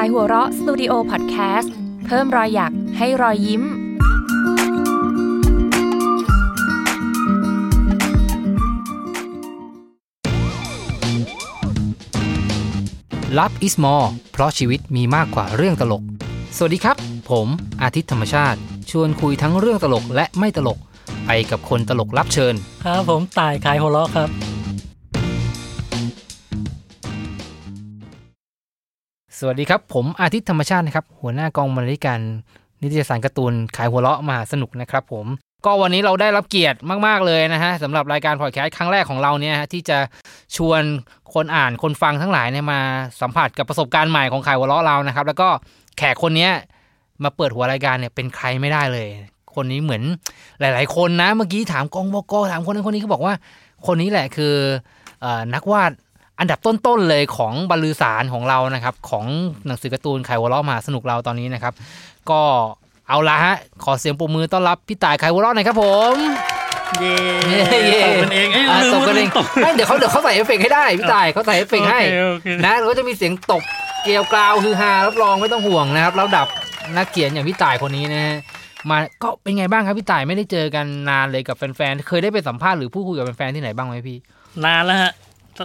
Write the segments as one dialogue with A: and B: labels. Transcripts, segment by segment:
A: ายหัวเราะสตูดิโอพอดแคสต์เพิ่มรอยหยักให้รอยยิ้ม
B: Love is more เพราะชีวิตมีมากกว่าเรื่องตลก สวัสดีครับ ผมอาทิตย์ธรรมชาติ ชวนคุยทั้งเรื่องตลกและไม่ตลก ไปกับคนตลกรับเชิญ
C: ครับผมตายขายหัวเราะครับ
B: สวัสดีครับ ผมอาทิตย์ธรรมชาตินะครับ หัวหน้ากองบรรณาธิการนิตยสารการ์ตูนขายหัวเราะมหาสนุกนะครับผม ก็วันนี้เราได้รับเกียรติมาก ๆ เลยนะฮะสำหรับรายการพอดแคสต์ครั้งแรกของเราเนี่ยฮะที่จะชวนคนอ่านคนฟังทั้งหลายเนี่ยมาสัมผัสกับประสบการณ์ใหม่ของขายหัวเราะเรานะครับ แล้วก็แขกคนเนี้ยมาเปิดหัวรายการเนี่ยเป็นใครไม่ได้เลย คนนี้เหมือนหลาย ๆ คนนะ เมื่อกี้ถามกองบกถามคนนั้นคนนี้ก็บอกว่า คนนี้แหละคือเออนักวาด อันดับต้นๆเลยของบรรลือสารของเรานะครับ ของหนังสือการ์ตูนไขายหัวเราะมหาสนุกเราตอนนี้นะครับ ก็เอาละฮะ ขอเสียงปรบมือต้อนรับพี่ต่ายไขายหัวเราะหน่อยครับผม
C: เย่
B: เย่
C: ตกกันเองเอ้ย
B: อ่ะ
C: ลืม
B: ตบกันเอง
C: ว่าตก
B: ไม่เดี๋ยวเขาเดี๋ยวเขาใส่เอฟเฟกต์ให้ได้พี่ต่ายเขาใส่เอฟเฟกต์ให้
C: โอเคโอเค
B: นะแล้วก็จะมีเสียงตบเกลียวกราวฮือฮารับรองไม่ต้องห่วงนะครับแล้วดับนักเขียนอย่างพี่ต่ายคนนี้นะฮะมาก็เป็นไงบ้างครับพี่ต่ายไม่ได้เจอกันนานเลยกับแฟนๆเคยได้ไปสัมภาษณ์หรือพูดคุยกับแฟนๆที่ไหนบ้างไหมพี่
C: นานแล้วฮะ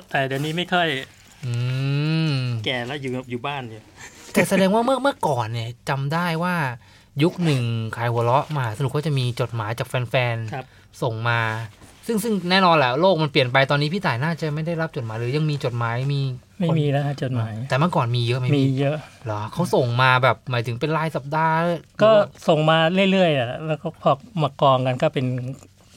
C: แต่เดี๋ยวนี้ไม่ค่อย
B: อืม
C: แก่แล้วอยู่อยู่บ้านอยู่
B: แต่แสดงว่า เมื่อเมื่อก่อนเนี่ยจำได้ว่ายุคหนึ่งขายหัวเราะมหาสนุกก็จะมีจดหมายจากแฟน
C: ครับ
B: ๆส่งมา ซึ่งซึ่งแน่นอนแหละโลกมันเปลี่ยนไปตอนนี้พี่ต่ายน่าจะไม่ได้รับจดหมายหรือยังมีจดหมายมี
D: ไม่มีแล้วฮะจดหมาย
B: แต่เมื่อก่อนมีเยอะไหม
D: มี
B: พี่
D: เยอะ
B: เหรอเขาส่งมาแบบหมายถึงเป็นรายสัปดาห์
D: ก็ส่งมาเรื่อยๆอ่ะแล้วก็พอมากองกันก็เป็น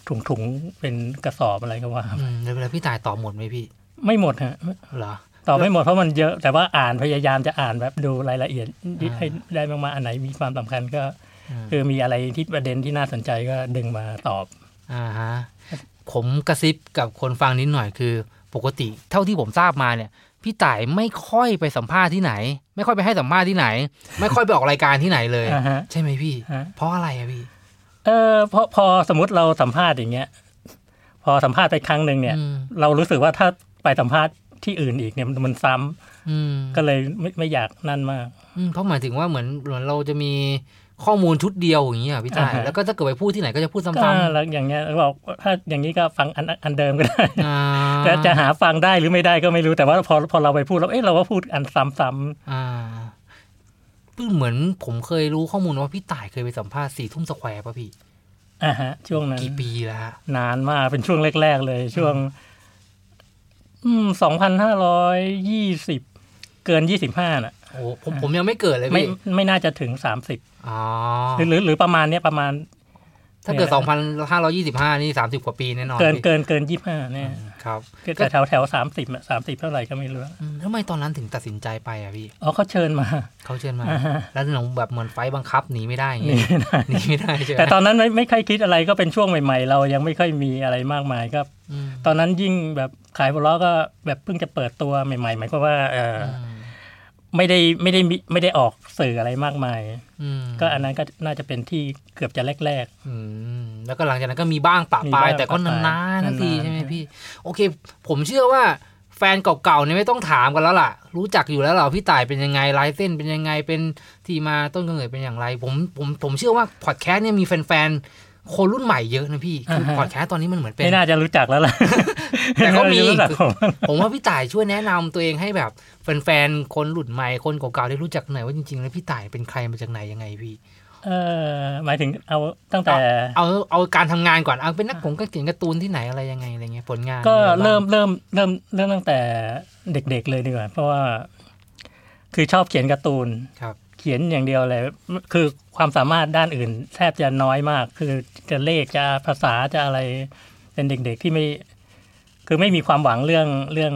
D: ถุงๆ เป็นกระสอบอะไรก็ว่า
B: อืมแล้วเวลาพี่ต่ายตอบหมดไหมพี่
D: ไม่หมดฮะ
B: เหรอ
D: ตอบไม่หมดเพราะมันเยอะ แต่ว่าอ่านพยายามจะอ่านแบบดูรายละเอียด
B: อ่า
D: ให้ได้มากๆอันไหนมีความสำคัญก็ คือมีอะไรที่ประเด็นที่น่าสนใจก็ดึงมาตอบ
B: อ่าฮะผมกระซิบกับคนฟังนิดหน่อยคือ ปกติเท่าที่ผมทราบมาเนี่ย พี่ต่ายไม่ค่อยไปสัมภาษณ์ที่ไหน ไม่ค่อยไปให้สัมภาษณ์ที่ไหน ไม่ค่อยไปออกรายการที่ไหนเลย
D: อ่าฮะ
B: ใช่ไหมพี่
D: ฮะ
B: เพราะอะไรอะพี่
D: เออพอพอสมมติเราสัมภาษณ์อย่างเงี้ย พอสัมภาษณ์ไปครั้งหนึ่งเนี่ย
B: อืม
D: เรารู้สึกว่าถ้าไปสัมภาษณ์ที่อื่นอีกเนี่ยมันมันซ้ำ
B: อืม
D: ก็เลยไม่ไม่อยากนั่นมาก
B: อืมเพราะหมายถึงว่าเหมือนเหมือนเราจะมีข้อมูลชุดเดียวอย่างเงี้ยพี่ต่าย
D: อ่าฮะ
B: แล้วก็ถ้าเกิดไปพูดที่ไหนก็จะพูดซ้
D: ก็
B: ำ
D: แล้วอย่างเงี้ยบอกถ้าอย่างนี้ก็ฟังอันอันเดิมก็ได้
B: ๆอ่า
D: แต่จะหาฟังได้หรือไม่ได้ก็ไม่รู้แต่ว่าพอพอเราไปพูดแล้วเอ๊ะเราก็พูดอันซ้ำ
B: อ่าเหมือนผมเคยรู้ข้อมูลว่าพี่ต่ายเคยไปสัมภาษณ์สี่ทุ่มสแควร์ป่ะพี่
D: ๆอ่ะฮะ ช่วงนั้น
B: กี่ปีแล้วฮะ
D: นานมากเป็นช่วงแรก ๆ เลย ช่วงสองพันห้าร้อยยี่สิบเกินยี่สิบห้าน่ะ
B: โอ้ผมผมยังไม่เกิดเลย
D: ไม่
B: พี่
D: ไม่น่าจะถึงสามสิบ
B: อ๋อ
D: หรือหรือหรือประมาณเนี้ยประมาณ
B: ถ้าเกิด
D: เนี่ย
B: 2,525 นี่ 30 กว่าปีแน่นอน
D: เกิน
B: พี่
D: เกินเกินยี่ห้าเนี่ย
B: ครับ
D: แต่แถวแถวสามสิบสามสิบเท่าไหร่ก็ไม่รู้
B: อืมทำไมตอนนั้นถึงตัดสินใจไปอ่ะพี่
D: อ๋อเขาเชิญมา
B: เขาเชิญมา
D: อ่าฮะ
B: แล้วหนูแบบเหมือนไฟบังคับหนีไม่ได้อย่าง
D: นี่
B: เงี้ย
D: ไม่ได้
B: หนีไม่ได้ใช่ไหม
D: แต่ตอนนั้นไม่ไม่ค่อยคิดอะไรก็เป็นช่วงใหม่ ๆ เรายังไม่ค่อยมีอะไรมากมายก็
B: อืม
D: ตอนนั้นยิ่งแบบขายหัวเราะก็แบบเพิ่งจะเปิดตัวใหม่ๆหมายความว่าเอออ
B: อืม
D: ไม่ได้ไม่ได้มีไม่ได้ออกสื่ออะไรมากมาย
B: อืม
D: ก็อันนั้นก็น่าจะเป็นที่เกือบจะแรก
B: อืมแล้วก็หลังจากนั้นก็มีบ้างปะ
D: มี
B: ปา
D: บ้าย ง
B: แต่ก็นาน
D: ปะปาย
B: ๆนาที
D: นานๆ
B: ใช่ไหมพี่ โอเค ผมเชื่อว่าแฟนเก่าๆเนี่ยไม่ต้องถามกันแล้วล่ะ รู้จักอยู่แล้วเหรอพี่ต่ายเป็นยังไงลายเส้นเป็นยังไงเป็นที่มาต้นกำเนิดเป็นอย่างไร ผมผมผมเชื่อว่าพอดแคสต์เนี่ยมีแฟนๆคนรุ่นใหม่เยอะนะพี่คืออา
D: ฮะ
B: พอดแคสต์ตอนนี้มันเหมือน
D: ๆ
B: เป็น
D: ไม่น่าจะรู้จักแล้วล่ะ
B: แต่ก็มี
D: ไน่จะรู้จักผม
B: ผมว่าพี่ต่ายช่วยแนะนำตัวเองให้แบบแฟนๆ คนหลุดใหม่คนเก่าๆได้รู้จักหน่อยว่าจริงๆ แล้วพี่ต่ายเป็นใครมาจากไหนยังไงพี่
D: เออหมายถึงเอาตั้งแต่
B: เอาเอาการทำงานก่อนเอาเป็นนักผมก็เขียนการ์ตูนที่ไหนอะไรยังไงอะไรเงี้ยผลงาน
D: ก็
B: อะไรบ้าง
D: เริ่มเริ่มเริ่มเริ่มตั้งแต่เด็กๆเลยดีกว่าเพราะว่า คือชอบเขียนการ์ตูน
B: ครับ
D: เขียนอย่างเดียวเลย คือความสามารถด้านอื่น แทบจะน้อยมาก คือจะเลขจะภาษาจะอะไร เป็นเด็กๆที่ไม่ คือไม่มีความหวังเรื่องเรื่อง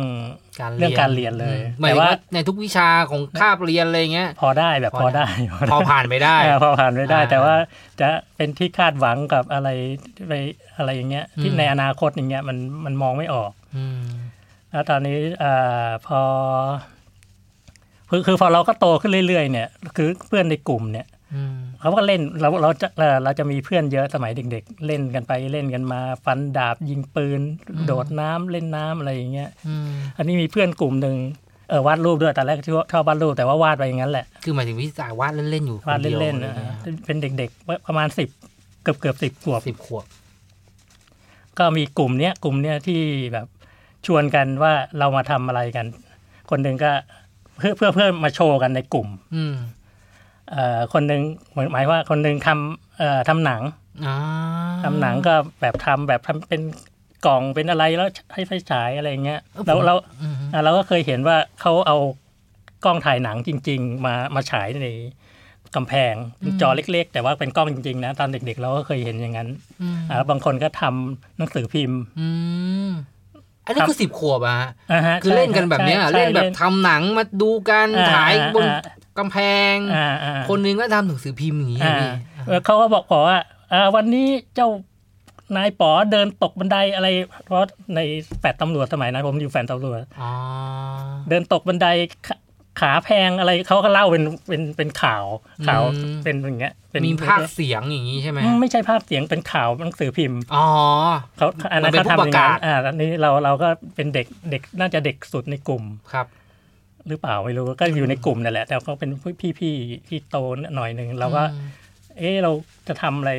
B: การ
D: เรื่องการเรียนเลย
B: หมายถึ
D: แต่
B: ง
D: ว่า
B: ว่าในทุกวิชาของคาบเรียนอะไรเงี้ย
D: พอได้แบบ
B: พ
D: พ
B: อ
D: อ
B: ได้
D: ได้
B: พอผ่านไปได้
D: เออพอผ่านไม่ได้
B: อ่า
D: แต่ว่าจะเป็นที่คาดหวังกับอะไรไปอะไรอย่างเงี้ย ที่
B: อืม
D: ในอนาคตอย่างเงี้ยมันมันมองไม่ออก
B: อืม
D: แล้วตอนนี้เออพอคือคือพอเราก็โตขึ้นเรื่อยๆเนี่ย คือเพื่อนในกลุ่มเนี่ย
B: อืม
D: เขาก็เล่นเราเราจะเอ่อเราจะมีเพื่อนเยอะสมัยเด็ก ๆ เล่นกันไปเล่นกันมา ฟันดาบยิงปืน โดดน้ำเล่นน้ำอะไรอย่างเงี้ย
B: อืม
D: อันนี้มีเพื่อนกลุ่มหนึ่ง เออวาดรูปด้วยแต่แรกที่ว่าชอบวาดรูปแต่ว่าวาดไปอย่างนั้นแหละ
B: คือหมายถึงพี่จ่ายวาดเล่นๆอยู่
D: วาดเล่นๆ
B: ค
D: นะ
B: ดียว
D: เป็นเด็กๆ ประมาณสิบเกือบเกือบสิบขวบ
B: สิบขวบ
D: ก็มีกลุ่มเนี้ยกลุ่มเนี้ยที่แบบชวนกันว่าเรามาทำอะไรกัน คนหนึ่งก็เพื่อเพื่อเพื่อมาโชว์กันในกลุ่ม
B: อืม
D: เอ่อคนหนึ่งหมายหมายว่าคนหนึ่งทำเอ่อทำหนัง
B: อ่า
D: ทำหนังก็แบบทำแบบทำเป็นกล่องเป็นอะไรแล้วให้ไฟฉายอะไรอย่างเงี้ยแล้วเรา
B: อืม
D: เราก็เคยเห็นว่าเขาเอากล้องถ่ายหนังจริง ๆ มามาฉายในกำแพงเป็นจอเล็ก ๆ แต่ว่าเป็นกล้องจริงๆนะตอนเด็ก ๆ เราก็เคยเห็นอย่างนั้น
B: อืม
D: อ่าแล้วบางคนก็ทำหนังสือพิมพ์
B: อืมอันนี้คือสิบขวบอะฮะ
D: าฮะ
B: คือ
D: ใช่
B: เล่นกันแบบเนี้ย
D: ใช่ใช่
B: เล่นแบบ
D: ล่
B: ทำหนังมาดูกัน
D: อ่า
B: ถ่ายบน
D: อ่า
B: กำแพง
D: อ่าอ่า
B: คนหนึงก็ทำหนังสือพิมพ์อย่างนี้
D: อ่า
B: พี่
D: แล้วเขาก็บอกว่าอ่า วันนี้เจ้านายป๋อเดินตกบันไดอะไร เพราะในแฟดตำรวจสมัยนั้นผมอยู่แฟดตำรวจ
B: อ๋อ
D: เดินตกบันไดขาขาแพงอะไรเขาก็เล่าเป็นเป็นเป็นข่าวข่าวเป็นอย่างเงี้ยเป็น
B: มีภาคเสียงอย่างนี้ใช่ไหม
D: อืมไม่ใช่ภาพเสียงเป็นข่าวหนังสือพิมพ์
B: อ๋อ
D: เขาอันนั้
B: มัน
D: น
B: เป็น
D: เขาทำอย่า
B: ผู้ประกา
D: งนั้
B: ศ
D: นอ่าอันนี้เราเราก็เป็นเด็กเด็กน่าจะเด็กสุดในกลุ่ม
B: ครับ
D: หรือเปล่าไม่รู้ก็อยู่ในกลุ่มนั่นแหละ แต่เขาเป็นพี่พี่ๆที่โตหน่อยหนึ่งเราก็ เอ๊ะเราจะทำอะไร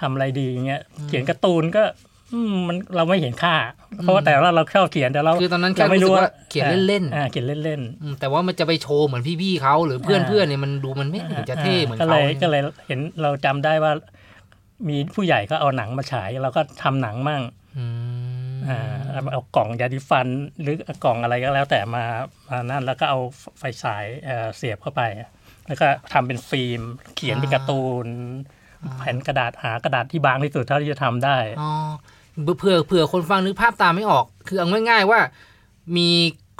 D: ทำอะไรดีอย่างเงี้ยเขียนการ์ตูนก็ อืมมันเราไม่เห็นค่า เพราะว่าแต่ว่าเราชอบเขียนแต่เรา
B: คือตอนนั้นแค่
D: เราไม่รู้
B: รู้สึกว่าเขียนเล่นๆ
D: อ่าเขียนเล่น
B: อืมแต่ว่ามันจะไปโชว์เหมือนพี่ๆเขาหรือเพื่อนเพื่อนๆเนี่ยมันดูมันไม่
D: ๆ
B: เห็นจะเท่เหมือน
D: ก็เล
B: เขา
D: ยก็เลยเห็นเราจำได้ว่า มีผู้ใหญ่ก็เอาหนังมาฉายเราก็ทำหนังมั่ง
B: อืม
D: อ่าเอากล่องยาดิฟันหรือกล่องอะไรก็แล้วแต่มามานั่นแล้วก็เอาไฟฉายเอ่อเสียบเข้าไป แล้วก็ทำเป็นฟิล์ม เขียนเป็นการ์ตูน แผ่นกระดาษหากระดาษที่บางที่สุดเท่าที่จะทำได้
B: อ๋อเผื่อเผื่อคนฟังนึกภาพตามไม่ออก คือเอาง่ายๆว่า มี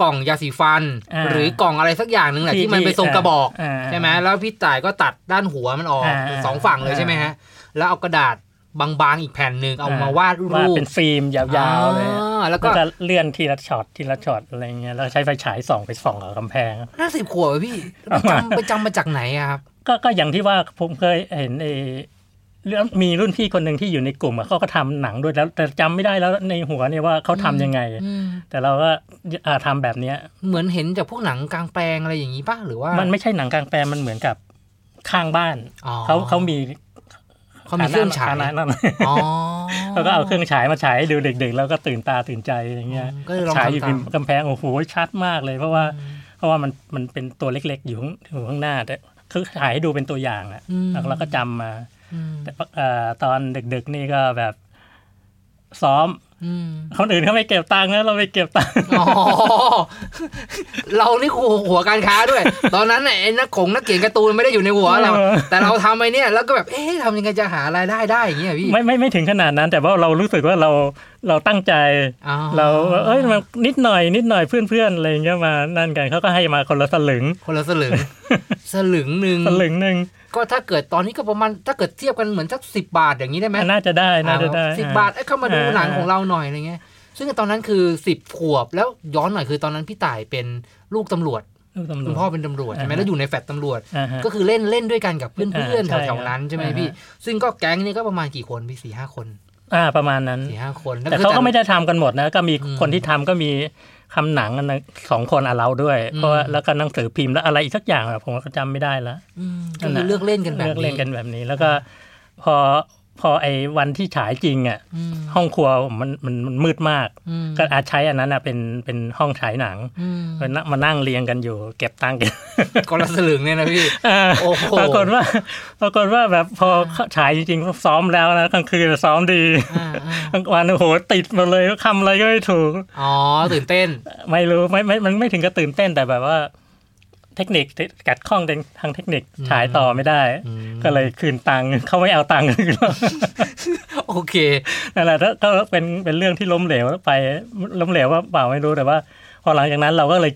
B: กล่องยาสีฟัน
D: อ่า
B: หรือกล่องอะไรสักอย่างหนึ่งแหละ
D: ที่
B: ที่มันไปทรงกระบอก
D: อ่า
B: ใช่ไหมแล้วพี่ต่ายก็ตัดด้านหัวมันออก
D: อ่า
B: สองฝั่งเลยใช่ไหมฮะ แล้วเอากระดาษบางๆอีกแผ่นหนึ่งเอามาวาด
D: วาด
B: รูป
D: เป็นฟิล์มยาวๆเลย
B: อ่าแล้ว
D: ก็
B: ก็
D: จะเลื่อนทีละช็อตทีละช็อตอะไรเงี้ยแล้วใช้ไฟฉายส่องไปส่องกับกำแพง
B: น่าสิบขวบอะ พี่ไปจำไปจำมาจากไหนอะครับ
D: ก็ก็อย่างที่ว่าผมเคยเห็นไอ้เรื่องมีรุ่นพี่คนหนึ่งที่อยู่ในกลุ่มอะเขาก็ทำหนังด้วยแล้วแต่จำไม่ได้แล้วในหัวเนี่ยว่าเขาทำยังไง
B: อืม
D: แต่เราก็อ่าทำาแบบเนี้ย
B: เหมือนเห็นจากพวกหนังกลางแปลงอะไรอย่างนี้ป่ะหรือว่า
D: มั
B: มั
D: นไม่ใช่หนังกลางแปลงมันเหมือนกับข้างบ้าน
B: อ๋อ
D: เขาเขามี
B: เขามีเครื่องฉาย
D: ฐ นะนั่น
B: อ๋อ
D: แล้วก็เอาเครื่องฉายมาฉายให้ดูเด็กๆ แล้วก็ตื่นตาตื่นใจอย่างเงี้ย
B: อืมก็เลยลอง
D: ฉายอยู่
B: ทำตาม
D: ริมกำแพงโอ้โหชัดมากเลยเพราะว่า เพราะว่ามันมันเป็นตัวเล็กๆ อยู่ข้างอยู่ข้างหน้าแต่คือฉายให้ดูเป็นตัวอย่างอะ
B: อืม
D: แล้วเราก็จำมา
B: อืม
D: แต่เอ่อตอนดึกๆ นี่ก็แบบ ซ้อม
B: อืม
D: คนอื่นเขาไม่เก็บตังค์นะเราไม่เก็บตังค์
B: อ๋อ เรานี่ครูหัวการค้าด้วย ตอนนั้นน่ะไอ้นักขงนักเขียนการ์ตูนไม่ได้อยู่ในหัว เรา แต่เราทำไปเนี่ยแล้วก็แบบเอ๊ะทำยังไงจะหารายได้ได้อย่างเงี้ยพี่
D: ไม่ไม่ไม่ถึงขนาดนั้น แต่ว่าเรารู้สึกว่าเราเราตั้งใจ
B: อ๋อ
D: เราเอ้ยมันนิดหน่อย นิดหน่อยเพื่อนๆอะไรอย่างเงี้ยมานั่นกันเขาก็ให้มาคนละสลึง
B: คนละส ลึง สลึงหนึ่ง
D: สลึงหนึ่ง
B: ก็ถ้าเกิดตอนนี้ก็ประมาณถ้าเกิดเทียบกันเหมือนสักสิบาทอย่างนี้ได้ไหม
D: น่าจะได้น่าจะได้
B: สิบบาทเอ้ยเข้ามาดู
D: อ่า
B: หนังของเราหน่อยอะไรเงี้ย ซึ่งตอนนั้นคือสิบขวบแล้วย้อนหน่อยคือตอนนั้นพี่ต่ายเป็นลูกตำรวจ
D: ลูกตำรวจ
B: คุณพ่อเป็นตำรวจใช่ไหม
D: อ่าฮะ
B: แล้วอยู่ในแฟลตตำรวจ
D: อ่าฮะ
B: ก็คือเล่นเล่นด้วยกันกับเพื่อนๆ
D: อ่าใช่
B: แถวๆนั้นใช่ไหม
D: อ่าฮะ
B: พี่ ซึ่งก็แก๊งนี้ก็ประมาณกี่คนพี่สี่ห้าคน
D: อ่าประมาณนั้น
B: สี่ห้าคนล้ว
D: แต่
B: คือ
D: เขาก็ไม่ได้ทำกันหมดนะ ก็มี
B: อืม
D: คนที่ทำก็มีคำหนังอันนั้นสองคนอาเราด้วย
B: อืม
D: เพราะว่าแล้วก็หนังสือพิมพ์แล้วอะไรอีกสักอย่างอะผมก็จำไม่ได้ละ
B: อืมก็คือเลือกเล่นกันแบบ
D: เลือกเล่นกัน
B: นี้
D: แบบนี้ แล้วก็พอพอไอ้วันที่ฉายจริงอ่ะ
B: อืม
D: ห้องครัวผมมันมันมันมืดมาก
B: อืม
D: ก็อาจใช้อันนั้นอะเป็นเป็นห้องฉายหนัง
B: อืม
D: มานั่งมานั่งเรียงกันอยู่ เก็บตังค์กัน
B: ก็ละสลึงเนี่ยนะพี่
D: อ่า
B: โอ้โห
D: ปรากฏว่าปรากฏว่าแบบพอฉายจริงๆก็ซ้อมแล้วนะกลางคืนซ้อมดี
B: อ่าอ่า
D: บางวันโอ้โหติดหมดเลยคำอะไรก็ไม่ถูก
B: อ๋อตื่นเต้น
D: ไม่รู้ไม่ไม่มันไม่ถึงกับตื่นเต้นแต่แบบว่า เทคนิคกัดข้องทางเทคนิคฉายต่อไม่ได้
B: อืม
D: ก็เลยคืนตังค์เขาไม่เอาตังค์
B: โอเค
D: นั่นแหละก็ก็เป็นเป็นเรื่องที่ล้มเหลวไปล้มเหลวว่าเปล่าไม่รู้แต่ว่า พอหลังจากนั้นเราก็เลย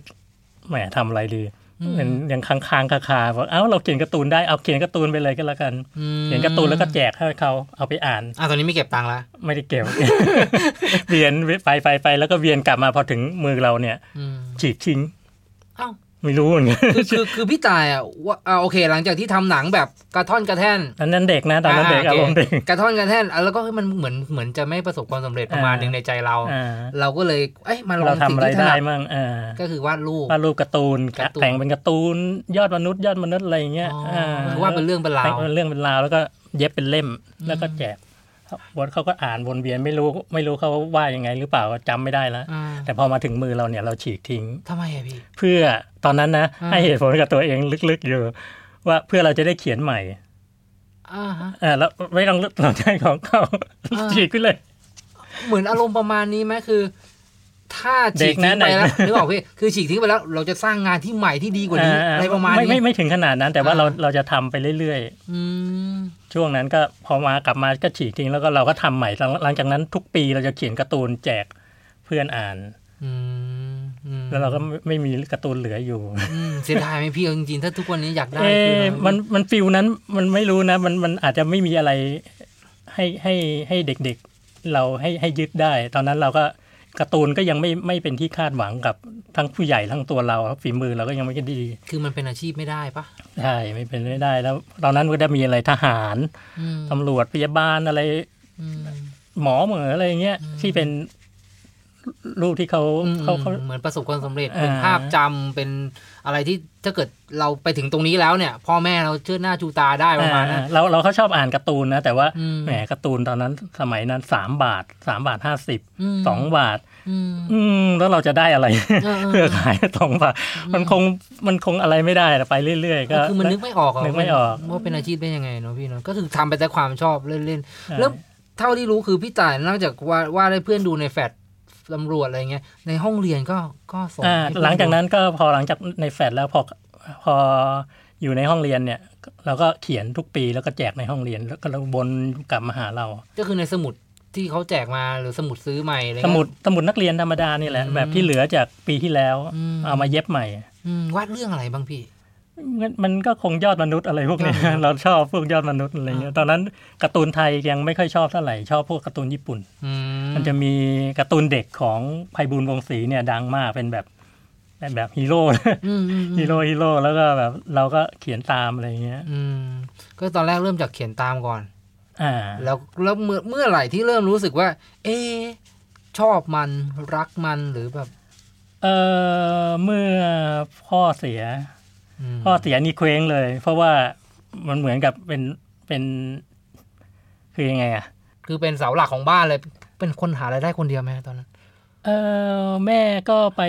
D: แหมทำอะไรดีเป็นยังค้างค้างๆคาคาๆบอกเอ้าเราเขียนการ์ตูนได้เอาเขียนการ์ตูนไปเลยก็แล้วกัน
B: อืม
D: เขียนการ์ตูนแล้วก็แจกให้เขาเอาไปอ่าน
B: อ่ะตอนนี้ไม่เก็บตังค์ละ
D: ไม่ได้เก็บ เวียนไปไปไปแล้วก็เวียนกลับมาพอถึงมือเราเนี่ย
B: อืม
D: ฉีกทิ้ง
B: เอ้า
D: ไม่รู้เหมือนกัน
B: คือคือคือพี่ตายอ่ะว่าอ่าโอเค หลังจากที่ทำหนังแบบกระท่อนกระแท่น
D: ตอนนั้นเด็กนะตอนนั้นเด็ก
B: อ่า
D: อา
B: โอเค
D: รมณ์เด็ก
B: กระท่อนกระแท่นอ่ะแล้วก็เฮ้ยมันเหมือนเหมือนจะไม่ประสบความสำเร็จประมาณหนึ่งในใจเรา
D: อ่า
B: เราก็เลยเอ้ยมาลอ
D: เรา
B: ง
D: ทำ
B: สิ่ง
D: อะไร
B: ที่ถ
D: ได้
B: นัด
D: มั่งอ่า
B: ก็คือวาดรูป
D: วาดรูปการ์ตูน
B: การ์ตูน
D: แต่งเป็นการ์ตูนยอดมนุษย์ยอดมนุษย์อะไรอย่างเงี้ย
B: อ๋อก็คือวาดเป็นเรื่องเป็นรา
D: แต่ง
B: ว
D: เป็นเรื่องเป็นราวแล้วก็เย็บเป็นเล่ม
B: อืม
D: แล้วก็แจกวนเขาก็อ่านวนเวียนไม่รู้ไม่รู้เขาว่ายังไงหรือเปล่าจำไม่ได้แล้ว
B: อ่า
D: แต่พอมาถึงมือเราเนี่ยเราฉีกทิ้ง
B: ทำไมอะพี่
D: เพื่อตอนนั้นนะ
B: อ่า
D: ให้เหตุผลกับตัวเองลึกๆอยู่ว่าเพื่อเราจะได้เขียนใหม่
B: อ่าฮะ
D: อ่าแล้วไม่ต้องสนใจของเขา
B: อ่า
D: ฉีกขึ้นเลย
B: เหมือนอารมณ์ประมาณนี้ไหมคือ ถ้าฉีก
D: เด็กนะ
B: ทิ้งไปแล้ว
D: เด็กนะ
B: นึกออกพี่คือฉีกทิ้งไปแล้วเราจะสร้างงานที่ใหม่ที่ดีกว่านี้
D: อ่
B: อะไรประมาณนี้
D: ไม่ไม่ไม่ถึงขนาดนั้น แต่ว่า
B: อ่า
D: เราเราจะทำไปเรื่อย
B: อืม
D: ๆ ช่วงนั้นก็พอมากลับมาก็ฉีกทิ้งแล้วก็เราก็ทำใหม่หลังหลังจากนั้นทุกปีเราจะเขียนการ์ตูนแจกเพื่อนอ่าน
B: อืมอืม
D: แล้วเราก็ไม่ไม่มีการ์ตูนเหลืออยู่
B: อืมเสียดายไหมพี่เอาจริงๆถ้าทุกวันนี้อยากได้
D: เอ๊
B: คื
D: ะ
B: อ
D: มันมันฟิลนั้นมันไม่รู้นะ มันมันอาจจะไม่มีอะไรให้ให้ให้เด็กๆ เราให้ให้ยึดได้ ตอนนั้นเราก็การ์ตูนก็ยังไม่ไม่เป็นที่คาดหวังกับทั้งผู้ใหญ่ทั้งตัวเราฝีมือเราก็ยังไม่ได้ดี
B: คือมันเป็นอาชีพไม่ได้ปะ
D: ใช่ไม่เป็นไม่ได้แล้ว ตอนนั้นก็ได้มีอะไรทหาร
B: อืม
D: ตำรวจพยาบาลอะไร
B: อืม
D: หมอเหมืออะไรเงี้ยที่เป็นรูปที่เขา
B: อืม
D: เขาเขา
B: เหมือนประสบความสำเร็จ
D: อ่า
B: เป็นภาพจำเป็นอะไรที่ถ้าเกิดเราไปถึงตรงนี้แล้วเนี่ย พ่อแม่เราเชื่อหน้าชูตาได้ประมาณนั้น
D: อ่าเราเราเขาชอบอ่านการ์ตูนนะ แต่ว่า
B: อืม
D: แหมการ์ตูนตอนนั้นสมัยนั้นสามบาทสามบาทห้าสิบ
B: ม
D: สองบาท
B: อื ม
D: อืมแล้วเราจะได้อะไร
B: เออเออ
D: เพื่อขาย สองบาท มันคงมันคงอะไรไม่ได้ไปเรื่อยๆ ก็
B: คือมันนึกไม่ออกะ
D: นึกไม่ออก
B: ว่าเป็นอาชีพได้ยังไงเนาะพี่เนาะก็คือทำไปแต่ความชอบเล่นๆ
D: อ่า
B: แล้วเท่าที่รู้คือพี่ต่ายนอกจากว่าว่าได้เพื่อนดูในแฟดตำรวจอะไรเงี้ยในห้องเรียนก็ก็ส่ง
D: อ่า
B: ใเพื่อ
D: หลังจากนั้นก็พอหลังจากในแฟลตแล้วพอพออยู่ในห้องเรียนเนี่ย เราก็เขียนทุกปีแล้วก็แจกในห้องเรียนแล้วก็วนกลับมาหาเรา
B: ก็คือในสมุดที่เขาแจกมาหรือสมุดซื้อใหม่อะไร
D: ส
B: เงี้ย
D: มุดสมุดนักเรียนธรรมดานี่แหละ
B: อืม
D: แบบที่เหลือจากปีที่แล้ว
B: อืม
D: เอามาเย็บใหม่
B: อืมวาดเรื่องอะไรบ้างพี่
D: มันมันก็คงยอดมนุษย์อะไรพวกเนี้ย เราชอบพวกยอดมนุษย์อะไรเงี้ยตอนนั้นการ์ตูนไทยยังไม่ค่อยชอบเท่าไหร่ชอบพวกการ์ตูนญี่ปุ่น
B: อืม
D: มันจะมีการ์ตูนเด็กของไพบูลย์วงศรีเนี่ยดังมากเป็นแบบแบบแบบฮีโร่
B: อืมอืมอืม
D: ฮีโร่ฮีโร่แล้วก็แบบเราก็เขียนตามอะไรเงี้ย
B: อืมก็ตอนแรกเริ่มจากเขียนตามก่อน
D: อ่า
B: แล้วแล้วเมื่อเมื่อไหร่ที่เริ่มรู้สึกว่า เอ๊ะชอบมันรักมันหรือแบบ
D: เออเมื่อพ่อเสีย
B: ม
D: พ่อเสียนี่เคว้งเลย เพราะว่ามันเหมือนกับเป็นเป็นคือยังไงอะ
B: คือเป็นเสาหลักของบ้านเลย เป็นคนหารายได้คนเดียวไหมตอนนั้น
D: เออแม่ก็ไป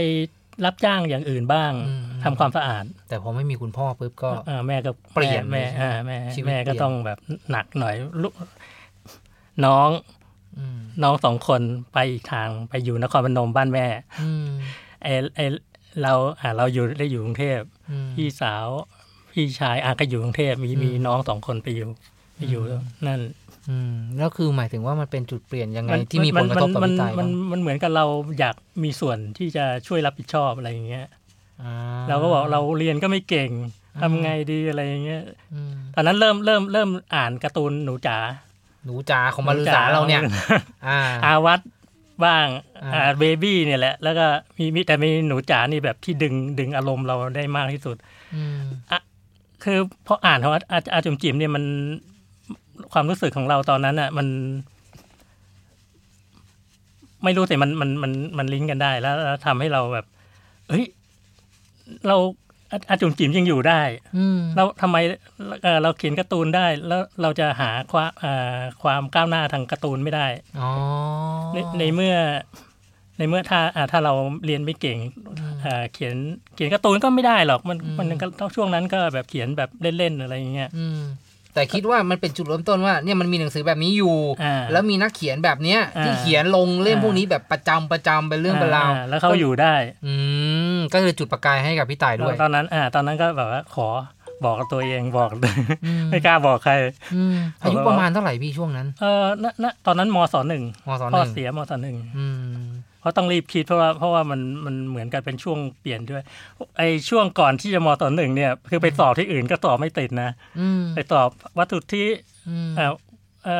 D: รับจ้างอย่างอื่นบ้าง
B: อืม
D: ทำความสะอาด
B: แต่พอไม่มีคุณพ่อปุ๊บก็
D: เออแม่ก็
B: เปลี่ยน
D: แม่
B: เลยใช่ไหม
D: อ่าแม่
B: ชีวิต
D: แม่ก็
B: เปลี่ยน
D: ต้องแบบหนักหน่อยลูกน้อง
B: อืม
D: น้องสองคนไปอีกทางไปอยู่นครพนมบ้านแม่
B: อืม
D: ไอไอเราอ่าเราอยู่ได้อยู่กรุงเทพ
B: อืม
D: พี่สาวพี่ชายอาก็อยู่กรุงเทพมี
B: อืม
D: มีน้องสองคนไปอยู่ไปอยู่นั่น
B: อืมแล้วคือหมายถึงว่ามันเป็นจุดเปลี่ยนยังไง
D: น
B: ที่มีผลกระทบกับ
D: มัน
B: วิจัย
D: มั
B: บ้านง
D: มันเหมือนกับเราอยากมีส่วนที่จะช่วยรับผิดชอบอะไรอย่างเงี้ย
B: อ่
D: เราก็บอกเราเรียนก็ไม่เก่งทำไงดีอะไรอย่างเงี้ย
B: อืม
D: ตอนนั้นเริ่มเริ่มเริ่มอ่านการ์ตูนหนูจ๋า
B: หนูจ๋าของมารุษาเราเนี่ย อ่า
D: อาวัตบ้าง
B: อ่า
D: อ่าเบบี้เนี่ยแหละ แล้วก็มีมีแต่มีหนูจ๋านี่แบบที่ดึงดึงอารมณ์เราได้มากที่สุด
B: อืม
D: คือพออ่านของอาอาอาจุมจิมเนี่ยมันความรู้สึกของเราตอนนั้นอ่ะ มัน ไม่รู้แต่มันมันมันมันลิงก์กันได้แล้วแล้วทำให้เราแบบ เฮ้ย เราอาอาจุมจิมยังอยู่ได้
B: อืม
D: เราทำไมเอ่อเราเขียนการ์ตูนได้ แล้วเราจะหาความเอ่อความก้าวหน้าทางการ์ตูนไม่ได้
B: อ๋อ
D: ในในเมื่อ ในเมื่อถ้าอ่าถ้าเราเรียนไม่เก่งเอ่อเขียนเขียนการ์ตูนก็ไม่ได้หรอกมัน
B: อืม
D: มันก็ต้องช่วงนั้นก็แบบเขียนแบบเล่นๆอะไรอย่างเงี้ย
B: อืมแต่คิดว่ามันเป็นจุดเริ่มต้นว่าเนี่ยมันมีหนังสือแบบนี้อยู่
D: อ่า
B: แล้วมีนักเขียนแบบเนี้ย
D: อ่า
B: ที่เขียนลงเล่ม
D: อ่า
B: พวกนี้แบบประจำประจำเป็นเรื่องเป็นราว
D: แล้วเขาอยู่ได้
B: อืมก็คือจุดประกายให้กับพี่ต่ายด้วย
D: ตอนนั้นอ่าตอนนั้นก็แบบว่าขอบอกกับตัวเองบอก
B: อืม
D: ไม่กล้าบอกใคร
B: อืมอายุประมาณเท่าไหร่พี่ช่วงนั้น
D: เออณณตอนนั้นมสหนึ่ง
B: มสห
D: พ่อ
B: นึ่ง
D: เสียมสหนึ่ง
B: อืม
D: เพราะต้องรีบคิดเพราะว่าเพราะว่ามันมันเหมือนกันเป็นช่วงเปลี่ยนด้วยไอช่วงก่อนที่จะมสหนึ่งเนี่ย คือไปสอบที่อื่นก็สอบไม่ติดนะ
B: อืม
D: ไปสอบวัตถุที่
B: อืม
D: เอ่อเอ่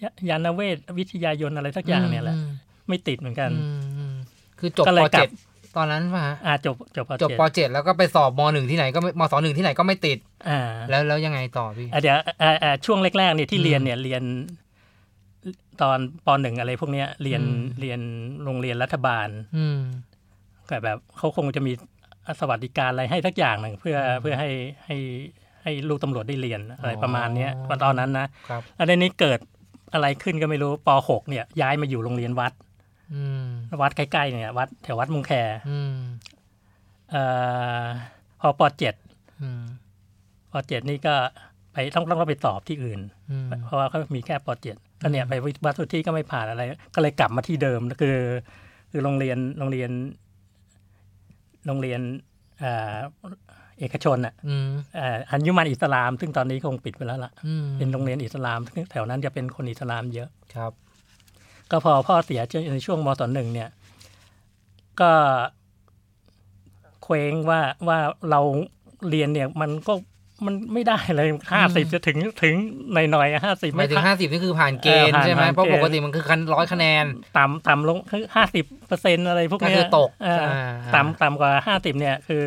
D: อยานเวทวิทยายนอะไรสักอย่างเนี่ยแหละ
B: อืม
D: ไม่ติดเหมือนกัน
B: อืมอืมคือจบ
D: ก็เลย
B: ป
D: กลั
B: เจ็
D: บ
B: ด ตอนนั้นป่ะฮะ
D: อาจบจบป
B: จบ
D: เจ็ด
B: ป .7 แล้วก็ไปสอบม .1 ที่ไหนก็ไม่ม .21 ที่ไหนก็ไม่ติด
D: อ่า
B: แล้วแล้วยังไงต่อพี่
D: อ่ะเดี๋ยวอ่าอ่าช่วงแรกๆเนี่ย
B: อื
D: ที่
B: ม
D: เรียนเนี่ยเรียนตอนปหนึ่งอะไรพวกเนี้ยเรียน
B: อืม
D: เรียนโรงเรียนรัฐบาล
B: อืม
D: ก็แบบเขาคงจะมีสวัสดิการอะไรให้ทักอย่างหนึ่งเพื่อเพื่อให้ให้ให้ลูกตำรวจได้เรียนอะไร
B: อ๋อ
D: ประมาณเนี้ยว่าตอนนั้นนะครับ แล้วในนี้เกิดอะไรขึ้นก็ไม่รู้ป .6 เนี่ยย้ายมาอยู่โรงเรียนวัด
B: อืม
D: วัดใกล้ๆเนี่ยวัดแถววัดมุงแค
B: อืม
D: เอ่อพอป .7
B: อืม
D: ป .7 นี่ก็ไปต้องต้องไปสอบที่อื่น
B: อืม
D: เพราะว่าเขามีแค่ป .7 ก็เนี่ยไปวัดสุทธิก็ไม่ผ่านอะไร ก็เลยกลับมาที่เดิมคือ คือโรงเรียนโรงเรียน โรงเรียนเอ่อเอกชนอ่ะ
B: อืม
D: เอ่ออันยุมันอิสลาม ซึ่งตอนนี้คงปิดไปแล้วล่ะ
B: อืม
D: เป็นโรงเรียนอิสลามซึ่งแถวนั้นจะเป็นคนอิสลามเยอะ
B: ครับ
D: ก็พอพ่อเสียในช่วงมศหนึ่งเนี่ย ก็เคว้งว่าว่าเราเรียนเนี่ยมันก็มันไม่ได้เลยห้าสิบจะถึงถึงหน่อยๆห้าสิบ
B: หมาย
D: ไม่
B: ถึง
D: ผ่าน
B: 50 นี่คือผ่านเกณฑ์
D: เออ
B: ใช่ไหม
D: ผ่าน
B: เพราะ
D: เกณฑ์
B: ปกติมันคือคันร้อยคะแนน
D: ต่ำต่ำลงคือห้าสิบเปอร์เซ็นอะไรพวก
B: ก็
D: เนี้ย
B: คือตก
D: เออ
B: อ่า
D: ต่ำต่ำกว่าห้าสิบเนี่ย คือ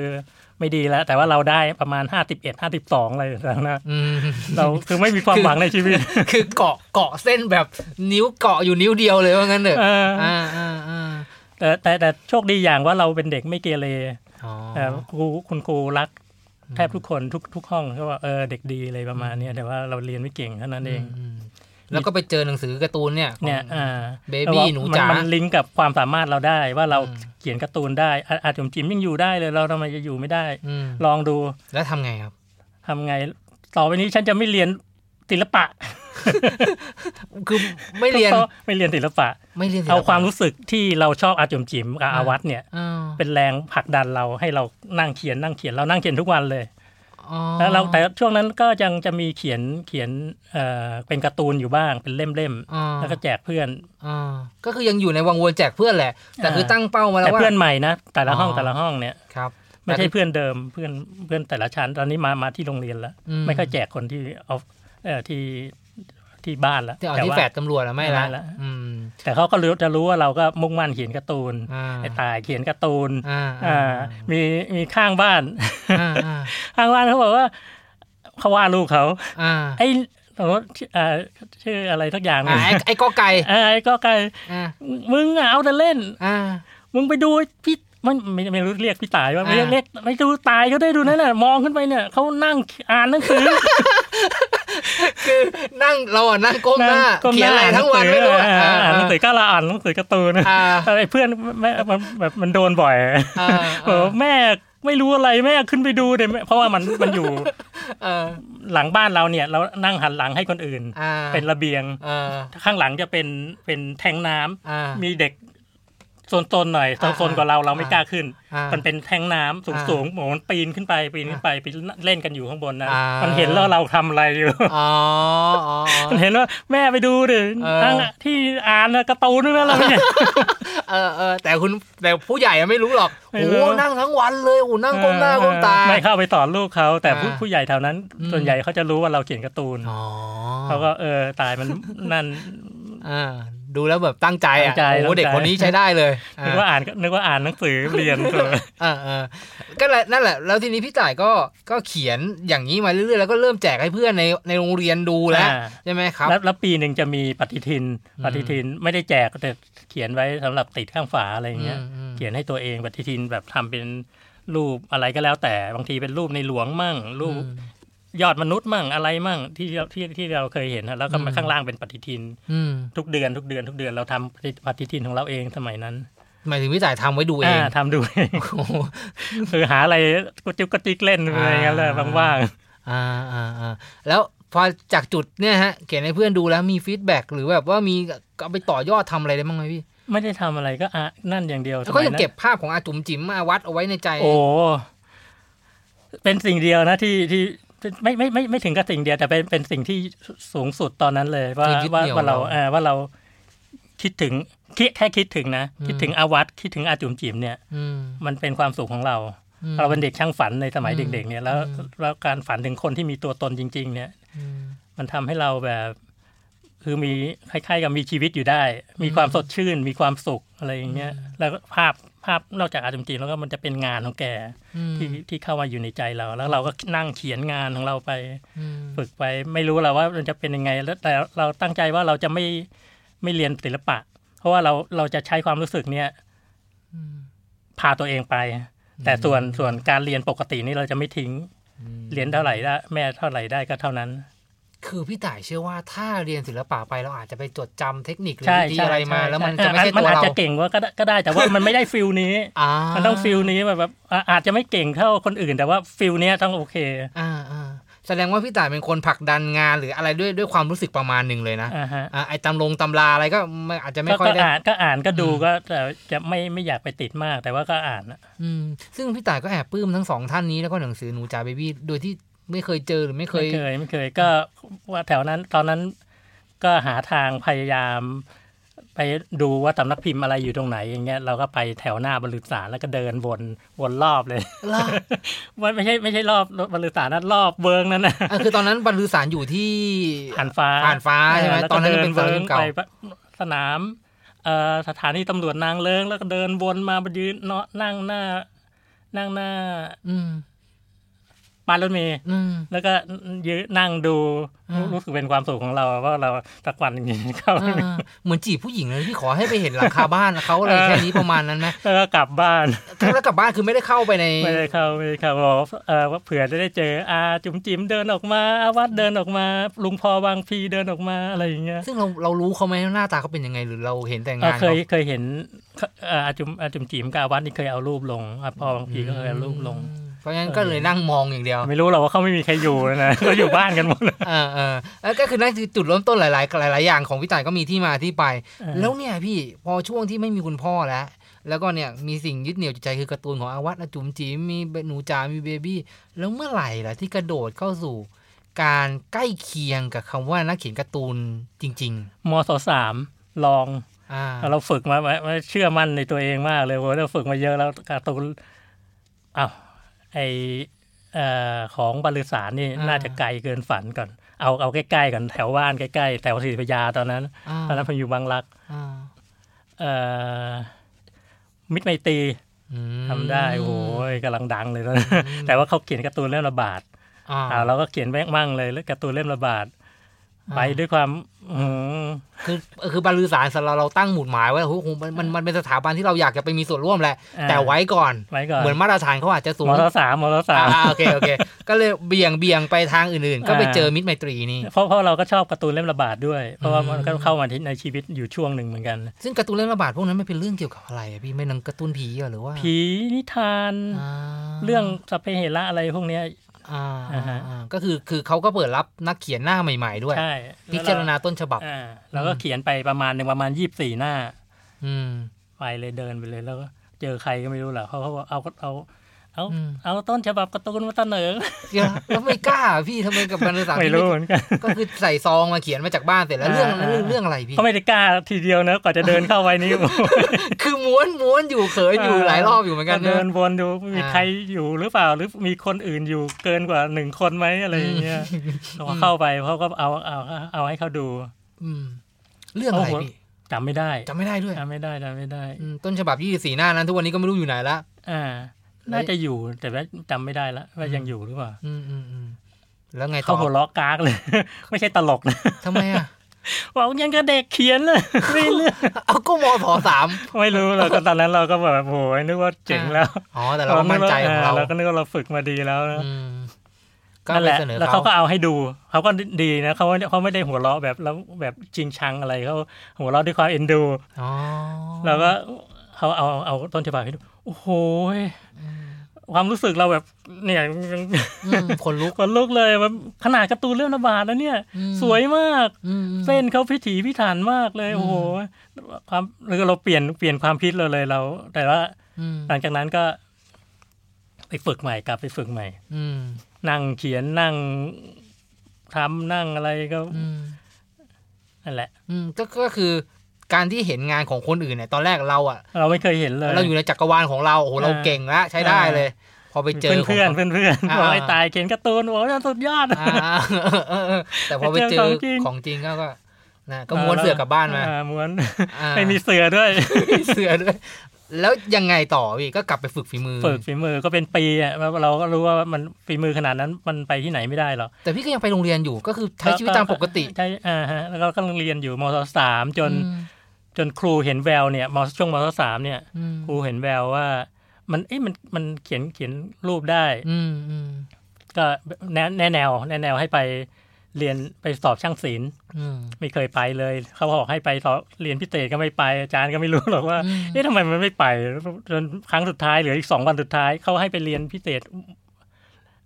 D: ไม่ดีแล้ว แต่ว่าเราได้ประมาณห้าสิบเอ็ดห้าสิบสองอะไรต่างๆนะ
B: อืม
D: เราคือไม่มีความ
B: คือ
D: หวังในชี วิต
B: คือเกาะเกาะเส้นแบบนิ้วเกาะอยู่นิ้วเดียวเลยว่างั้นเถอะ
D: เออ
B: อ่าอ่าอ่า
D: แต่แต่แต่โชคดีอย่างว่าเราเป็นเด็กไม่เกเร
B: อ๋อ
D: เอ่อครูคุณครูรักแทบทุกคนทุกทุกห้องเขาว่าเออเด็กดีอะไรประมาณเนี้ยแต่ว่าเราเรียนไม่เก่งเท่านั้นเอง
B: มแล้วก็ไปเจอหนังสือการ์ตูนเนี่ย
D: เนี่ย
B: ของ
D: อ่า
B: Baby
D: แล้
B: หนู
D: วว่
B: จ๋ามั
D: มันลิงก์กับความสามารถเราได้ว่าเรา
B: อืม
D: เขียนการ์ตูนได้อ่ะอาจจะจิมยังอยู่ได้เลยเราทำไมจะอยู่ไม่ได้
B: อืม
D: ลองดู
B: แล้วทำไงครับ
D: ทำไง ต่อไปนี้ฉันจะไม่เรียนศิลปะ
B: คือไม่เรียน
D: ก็ ไม่เรียนศิลปะ
B: ไม่เรียนศิลปะ
D: เอาความรู้สึกที่เราชอบอาจมจิมกับอาวัตเนี่ย
B: อ้าว
D: เป็นแรงผลักดันเราให้เรานั่งเขียนนั่งเขียนเรานั่งเขียนทุกวันเลย
B: อ๋อ
D: แล้วเราแต่ช่วงนั้นก็ยังจะมีเขียนเขียนเอ่อเป็นการ์ตูนอยู่บ้างเป็นเล่ม
B: อ่า
D: ๆแล้วก็แจกเพื่อน
B: อ่าก็คือยังอยู่ในวังวนแจกเพื่อนแหละ แต่คือ
D: อ่า
B: ตั้งเป้ามาแล้ว
D: แต่
B: ว่า
D: เพื่อนใหม่นะแต่ละห้อง
B: อ๋อ
D: แต่ละห้องเนี่ย
B: ครับ
D: ไม่
B: แต่
D: ใช่
B: คือ
D: เพื่อนเดิมเพื่อนเพื่อนแต่ละชั้นตอนนี้มามาที่โรงเรียนแล้ว
B: อืม
D: ไม่ค่อยแจกคนที่เอาเอ่อที่ที่บ้านแล้ว
B: ที่เอาที่
D: ว่า
B: แฝดตำรวจอะไม่ละ
D: ไม่ละ
B: อืม
D: แต่เขาก็รู้จะรู้ว่าเราก็มุ่งมั่นเขียนการ์ตูน
B: อ่า
D: ไอ้ตายเขียนการ์ตูน
B: อ่า
D: อ่ามีมีข้างบ้าน
B: อ่าอ่า
D: ข้างบ้านเขาบอกว่าเขาว่าลูกเขา
B: อ่า
D: ไอ้สมมติชื่อเอ่อชื่ออะไรทักอย่างห
B: อ่า
D: นึ่ง
B: ไอ้ไอ้กอไก่
D: เออไอ้ก็ไกล
B: อ่า
D: มึงอะเอาแต่เล่น
B: อ่า
D: มึงไปดูพี่มันไม่ไม่รู้เรียกพี่ตายว่าไม่
B: อ่า
D: เรียกไม่ดูตายก็ได้ดูนั่นแหละมองขึ้นไปเนี่ยเขานั่งอ่านหนังสือ
B: คือนั่งเราอะนั่งก้มหน้า
D: ก้ม
B: เขียนอะไรทั้งวันไม่รู้อะ
D: อ่าอ่านหนั
B: อ่าง
D: สือก็ละอ่านหนังสือการ์ตูนนะ
B: อ่า
D: ไอ้เพื่อนแม่มันแบบมันโดนบ่อย
B: อ่า
D: เออแม่ไม่รู้อะไรแม่ขึ้นไปดูเลยแม่เพราะว่ามัน มันอยู่
B: เออ
D: หลังบ้านเราเนี่ย เรานั่งหันหลังให้คนอื่น
B: อ่า
D: เป็นระเบียง
B: เออ
D: ข้างหลังจะเป็นเป็นแทงน้ำ
B: อ่า
D: มีเด็กโซนๆหน่อย
B: อ่า
D: โซนๆกว่าเราเราไม่
B: อ่าก ก
D: ล้าขึ้น
B: อ่า
D: มันเป็นแทงน้ำสูง
B: อ่า
D: สูงๆโหมันปีนขึ้นไปปีนขึ้นไปไปเล่นกันอยู่ข้างบนนะ
B: อ่ามั
D: มันเห็นแล้วเราทำอะไรอยู่
B: อ๋ออ๋ออ๋อ
D: มันเห็นว่าแม่ไปดูดิ
B: เออ
D: ทั้งที่อ่านน่ะการะตูนนั่นแหละเราเนี่ย
B: เออเออแต่คุณแต่ผู้ใหญ่อะไม่รู้หรอก
D: ไม่
B: โอ้
D: รู้
B: โหนั่งทั้งวันเลยโอ้โหนั่งก้มหน้าก้มตา
D: ไม่เข้าไปสอนลูกเขาแต่ผู้
B: อ่า
D: ผู้ใหญ่แถวนั้น
B: อืม
D: ส่วนใหญ่เขาจะรู้ว่าเราเขียนการ์ตูน
B: อ๋อ
D: เขาก็เออตาย มันนั่น
B: อ่าดูแล้วแบบตั้งใจอ่ะ
D: ตั้งใจ
B: โอ้โห
D: ตั้งใจ
B: เด็กคนนี้ใช้ได้เลย
D: นึก
B: อ่า
D: ว่าอ่านนึกว่าอ่านหนังสือเรียนตัว
B: เออเออก็แหละนั่นแหละ แล้วทีนี้พี่จ่ายก็ก็เขียนอย่างนี้มาเรื่อยๆแล้วก็เริ่มแจกให้เพื่อนในในโรง เรียนดูแล้ว
D: อ่า
B: ใช่ไหมครับ
D: แล้วแล้วปีหนึ่งจะมีปฏิทิน
B: อืม
D: ปฏิทินไม่ได้แจกแต่เขียนไว้สำหรับติดข้างฝาอะไรอย่างเงี้ย
B: อืม
D: เขียนให้ตัวเองปฏิทินแบบทำเป็นรูปอะไรก็แล้วแต่บางทีเป็นรูปในหลวงมั่ง รูปยอดมนุษย์มั่งอะไรมั่งที่เราที่ที่เราเคยเห็นนะแล้วก็มาข้างล่างเป็นปฏิทิน
B: อืม
D: ทุกเดือนทุกเดือนทุกเดือนเราทำปฏิทินของเราเองสมัยนั้น
B: หมายถึงพี่จ่ายทำไว้ดูเอ
D: อ่าง ทำดูเอง
B: โอ้โห
D: คือหาอะไรกุจิกกระจิกเล่นอะไรอย่างเงี้ยเลย
B: อ่า
D: ว่าง
B: อ่าอ่าอ่าแล้วพอจากจุดเนี่ยฮะเขียนให้เพื่อนดูแล้วมีฟีดแบ็กหรือแบบว่ามีเอาไปต่อยอดทำอะไรได้บ้างไหมพี่
D: ๆไม่ได้ทำอะไรก็อ่ะนั่นอย่างเดียว
B: แล้วก็ยัง
D: สมันั้น
B: เก็บภาพของอาจุ๋มจิ๋มมาวัดเอาไว้ในใจ
D: โอ้เป็นสิ่งเดียวนะที่ที่ไม่ไม่ไม่ไม่ถึงกับสิ่งเดียวแต่เป็นเป็นสิ่งที่สูงสุดตอนนั้นเลยว่า
B: ที่ยึด
D: ว่า
B: เหนี่ยว
D: ว่าเรา
B: เรา
D: อ่าว่าเราคิดถึงคิดแค่คิดถึงนะ
B: อืม
D: คิดถึงอาวัตคิดถึงอาจุ๋มจิ๋มเนี่ย
B: อืม
D: มันเป็นความสุขของเรา
B: อืม
D: เราเป็นเด็กช่างฝันในสมัย
B: อืม
D: เด็ก ๆ เนี่ยแล้ว
B: อืม
D: แล้วการฝันถึงคนที่มีตัวตนจริง ๆ เนี่ย
B: อืม
D: มันทำให้เราแบบ คือมีคล้ายๆ กับมีชีวิตอยู่ได้ มีความสดชื่น มีความสุขอะไรอย่างเงี้ย แล้วก็ภาพ ภาพนอกจากอาร์ตจริงๆแล้วก็มันจะเป็นงานของแก
B: อืม
D: ที่ที่เข้ามาอยู่ในใจเรา แล้วเราก็นั่งเขียนงานของเราไป
B: อืม
D: ฝึกไปไม่รู้แหละว่ามันจะเป็นยังไงแล้วแต่เราตั้งใจว่าเราจะไม่ไม่เรียนศิลปะ เพราะว่าเราเราจะใช้ความรู้สึกเนี่ยพาตัวเองไป แต่ส่วนส่วนการเรียนปกตินี่เราจะไม่ทิ้งเรียนเท่าไหร่ได้แม่เท่าไหร่ได้ก็เท่านั้น
B: คือพี่ต่ายเชื่อว่าถ้าเรียนศิลปะไปเราอาจจะไปจดจำเทคนิคหรือ
D: ใช่
B: วิธี
D: ใช่
B: อะไรมา
D: ใช่
B: แล้วมัน
D: ใช่
B: จะไม่ใช่
D: มั
B: ตัว
D: นอาจ
B: เรา
D: จะเก่งว่าก็ได้ก็ได้แต่ว่ามันไม่ได้ฟิลนี้
B: อ่า
D: มันต้องฟิลนี้แบบแบบอ่ะอาจจะไม่เก่งเท่าคนอื่น แต่ว่าฟิลเนี้ยต้องโอเค
B: อ่าอ่าแสดงว่าพี่ต่ายเป็นคนผลักดันงานหรืออะไรด้วยด้วยความรู้สึกประมาณหนึ่งเลยนะ
D: อ่าฮะ
B: อ่าไอ้ตำลงตำราอะไรก็ไม่อาจจะไม่
D: ก็
B: ค่อย
D: ก็
B: ได้
D: อ่านก็อ่านก็ดู
B: อืม
D: ก็แต่จะไม่ไม่อยากไปติดมาก แต่ว่าก็อ่านอะ
B: อืมซึ่งพี่ต่ายก็แอบปลื้มทั้งสองท่านนี้แล้วก็หนังสือหนูจ๋าเบบี้โดยที่ไม่เคยเจอหรือไม่เคย
D: ไม่เคยไม่เคยก็ว่าแถวนั้นตอนนั้นก็หาทางพยายาม ไปดูว่าสำนักพิมพ์อะไรอยู่ตรงไหนอย่างเงี้ยเราก็ไปแถวหน้าบรรลุษารแล้วก็เดินวนวนรอบเลย
B: ล่ะ
D: มันไม่ใช่ไม่ใช่รอบบรรลุษารนั้นรอบเวิร์งนั้นนะ
B: อ่ะคือตอนนั้นบรรลือสารอยู่ที่
D: ผ่านฟ้า
B: ผ่านฟ้าใช่ไหม
D: แล้ว
B: ต
D: ก็
B: อนนั้น
D: เดิ
B: เป็นสาร
D: วิ
B: เล่
D: ง
B: มเก่า
D: ไปสนามเอ่อสถานีตำรวจนางเลิงแล้วก็เดินวนมาไปยืนเนาะนั่งหน้า นั่งหน้า
B: อืม
D: ปานรถเมล์
B: อืม
D: แล้วก็ยืนนั่งดูรู้
B: อ่ารู้
D: รู้สึกเป็นความสุขของเราว่าเราตะกวันอย่าง นี้เข้า
B: อ่าเหมือนจีบผู้หญิงเลยที่ขอให้ไปเห็นหลังคาบ้านเขาอะไร
D: เออ
B: แค่นี้ประมาณนั้นไหม
D: แล้วก็กลับบ้าน
B: แล้วกลับบ้านคือไม่ได้เข้าไปใน
D: ไม่ได้เข้าไม่ได้เข้าบอกว่าเอ่อว่าเผื่อจะได้เจออาจุ๋มจิ๋มเดินออกมาอาวัดเดินออกมา ลุงพอบางพีเดินออกมาอะไรอย่างเงี้ย
B: ซึ่งเราเรารู้เขาไหมหน้าตาเขาเป็นยังไงหรือเราเห็นแต่
D: เอ่อง
B: าน
D: เค
B: เขา
D: ยเคยเห็นเอ่ออาจุ๋มอาจุ๋มจิ๋มกับอาวัดนี่เคยเอารูปลงอาพอบางพีก็เคยเอารูปลง
B: เพราะงั้นก็เลยนั่งมองอย่างเดียว
D: ไม่รู้หรอกว่าเขาไม่มีใครอยู่นะ เขาอยู่บ้านกันหมด
B: เออเออแล้วก็คือนั่นคือจุดเริ่มต้นหลาย ๆ หลาย ๆ อย่างของพี่ต่ายก็มีที่มาที่ไป แล้วเนี่ยพี่พอช่วงที่ไม่มีคุณพ่อแล้ว แล้วก็เนี่ยมีสิ่งยึดเหนี่ยวจิตใจคือการ์ตูนของอาวัตอาจุ๋มจิ๋มมีหนูจ๋ามีเบบี้แล้วเมื่อไหร่ล่ะที่กระโดดเข้าสู่ การใกล้เคียงกับคำว่านักเขียนการ์ตูนจริง
D: มศสามลอง
B: ๆ อ่า
D: เราฝึกมาไว้ไว้เชื่อมั่นในตัวเองมากเลยเว้ยเราฝึกมาเยอะแล้วการ์ตูนอ้าวไอเอ่อของบริษัทนี่
B: อ่า
D: น่าจะไกลเกินฝันก่อน เอาเอาใกล้ๆก่อนแถวบ้านใกล้ๆแถวศรีพยาตอนนั้น
B: อ่า
D: ตอนนั้นผมอยู่บางรัก
B: อ่า
D: เอ่อมิตรไมตรี
B: อืม
D: ทำได้โอ้ยกำลังดังเลยตอนนั้นแต่ว่าเขาเขียนการ์ตูนเล่มละบาท
B: อ่า
D: อ่าเราก็เขียนแม่งมั่งเลยแล้วการ์ตูนเล่มละบาทไปด้วยความอืม
B: คือคือบรรลือสารสำหรับเราตั้งหมุดหมายไว้โอ้โหคงมันมันมันเป็นสถาบันที่เราอยากจะไปมีส่วนร่วมแหละ
D: อ่า
B: แต่ไว้ก่อน
D: ไว้ก่อน
B: เหมือนมาตรฐานเขาอาจจะสูง
D: มศสามมศสาม
B: อ่าโอเคโอเค ก็เลยเบี่ยงเบี่ยงไปทางอื่นๆ ก็ไป
D: อ่า
B: เจอมิตรไมตรีนี่
D: เพราะเพราะเราก็ชอบการ์ตูนเล่มระบาดด้วย เพราะว่ามันก็
B: อืม
D: เข้ามาในชีวิตอยู่ช่วงหนึ่งเหมือนกัน
B: ซึ่งการ์ตูนเรื่องระบาดพวกนั้นไม่เป็นเรื่องเกี่ยวกับอะไรอะพี่ไม่หนังการ์ตูนผีอะหรือว่า
D: ผีนิทาน
B: อ่า
D: เรื่องสัพเพเหระอะไรพวกเนี้ย
B: อ่า
D: อ่าฮะ
B: อ่าก็คือคือเขาก็เปิดรับนักเขียนหน้าใหม่ ๆ ด้วย
D: ใช่
B: พิจารณาต้นฉบับ
D: อ่าเราก็เขียนไปประมาณหนึ่งประมาณยี่สิบสี่หน้า
B: อืม
D: ไปเลยเดินไปเลยแล้วก็เจอใครก็ไม่รู้แหละเขาเขาบอกเอาเอาเอา
B: อืม
D: เอาต้นฉบับการ์ตูนมาเสนอ
B: เดี๋ยวแล้วไม่กล้าพี่ทำไมกับบรรณาสาร
D: ไม่รู้เหมือนกัน
B: ก็คือใส่ซองมาเขียนมาจากบ้านเสร็จแล้วเรื่อง
D: อ่า
B: เรื่องเรื่องอะไรพี่
D: เขาไม่ได้กล้าทีเดียวนะกว่าจะเดินเข้าไปนี่
B: คือม้วนม้วนอยู่เขยอยู่หลายรอบ อยู่เหมือนกัน
D: เดิ
B: เดิน
D: นวนดูมี
B: อ่า
D: ใครอยู่หรือเปล่าหรือมีคนอื่นอยู่เกินกว่าหนึ่งคนไหมอะไรอย่างเงี้ยเราก็เข้าไปเขาก็เอาเอาเอาให้เขาดู
B: เรื่องอะไรพี่
D: จำไม่ได้
B: จำไม่ได้ด้วย
D: จำไม่ได้จำไม่ได้
B: อืมต้นฉบับ24หน้านั้นทุกวันนี้ก็ไม่รู้อยู่ไหนละ
D: อ่า น่าจะอยู่แต่ว่าจำไม่ได้ละว่ายังอยู่หรือเปล่า
B: อืมอืมอืมแล้วไงต่
D: เขา
B: อ
D: หัวเราะกากเลย ไม่ใช่ตลกนะ
B: ทำไมอะ
D: บอกยังก็เด็กเขียนเลยไม่เลือก
B: เอาก็มอถอสาม
D: ไม่รู้ เราก็ตอนนั้นเราก็แบบโอ้ยนึกว่าเจ๋งแล้ว
B: อ๋อแต่เรามั่นใจของเรา
D: เราก็นึกว่าเราฝึกมาดีแล้วนะ
B: อืมก็
D: นั่น
B: ไป
D: แหละ
B: เสนอ
D: แล้ว
B: เขา
D: เขาก็เอาให้ดูเขาก็ดีนะเขาไม่เขาไม่ได้หัวเราะแบบแล้วแบบจริงชังอะไรเขาหัวเราะด้วยความเอ็นดู
B: อ๋อ
D: แล้วก็เขาเอาเอาเอาต้นฉบับให้ดูโอ้โหยความรู้สึกเราแบบเนี่ย
B: อืมขนลุก
D: คนลุกเลยแบบขนาดการ์ตูนเรื่องระบาดแล้วเนี่ย
B: อืม
D: สวยมาก
B: อืม
D: เส้นเขาพิถีพิถันมากเลยโอ้โหความเราเปลี่ยนเปลี่ยนความคิดเราเลยเรา แต่ว่า
B: อืม
D: หลังจากนั้นก็ไปฝึกใหม่กลับไปฝึกใหม่
B: อืม
D: นั่งเขียนนั่งทำนั่งอะไรก็
B: อืม
D: นั่นแหละ
B: อืมก็ก็คือการที่เห็นงานของคนอื่นเนี่ยตอนแรกเราอ่ะ
D: เราไม่เคยเห็นเลย
B: เราอยู่ในจักรวาลของเราโอ้โหเรา
D: อ่า
B: เก่งแล้วใช้ได้เลย พอไปเจอ
D: เพื่อน
B: ขง
D: เพื่อนเพื่อน
B: อ่า
D: บอกให้ตายเขียนการ์ตูนโอ้ยสุดยอด
B: อ่า เออเออแต่พอไป
D: ไปเจ
B: เจ
D: อ
B: อ
D: ของจริง
B: ของจริงก็ก็นะก็ม้วนเสือกลับบ้านมา
D: อ่ม้วน
B: อ่า
D: ไม่มีเสือด้วย
B: เสือด้วย แล้วยังไงต่อพี่ก็กลับไปฝึกฝีมือ
D: ฝึกฝีมือก็เป็นปีอ่ะแล้วเราก็รู้ว่ามันฝีมือขนาดนั้นมันไปที่ไหนไม่ได้หรอก
B: แต่พี่ก็ยังไปโรงเรียนอยู่ก็คือใช้ชีวิตตามปกติ
D: ใช่อ่าฮะแล้วก็กำลังเรียนอยู่มศสามจน
B: อืม
D: จนครูเห็นแววเนี่ยมช่วงมศสามเนี่ย
B: อืม
D: ครูเห็นแววว่า มันเอ้ยมันมันเขียนเขียนรูปได้
B: อืมอืม
D: ก็แนะแนะแนวแนะแนวให้ไปเรียนไปสอบช่างศิลป์
B: อืม
D: ไม่เคยไปเลย เขาบอกให้ไปสอบเรียนพิเศษก็ไม่ไปอาจารย์ก็ไม่รู้หรอกว่า
B: อืม
D: เอ๊ะทำไมมันไม่ไปจนครั้งสุดท้ายเหลืออีกสองวันสุดท้ายเขาให้ไปเรียนพิเศษ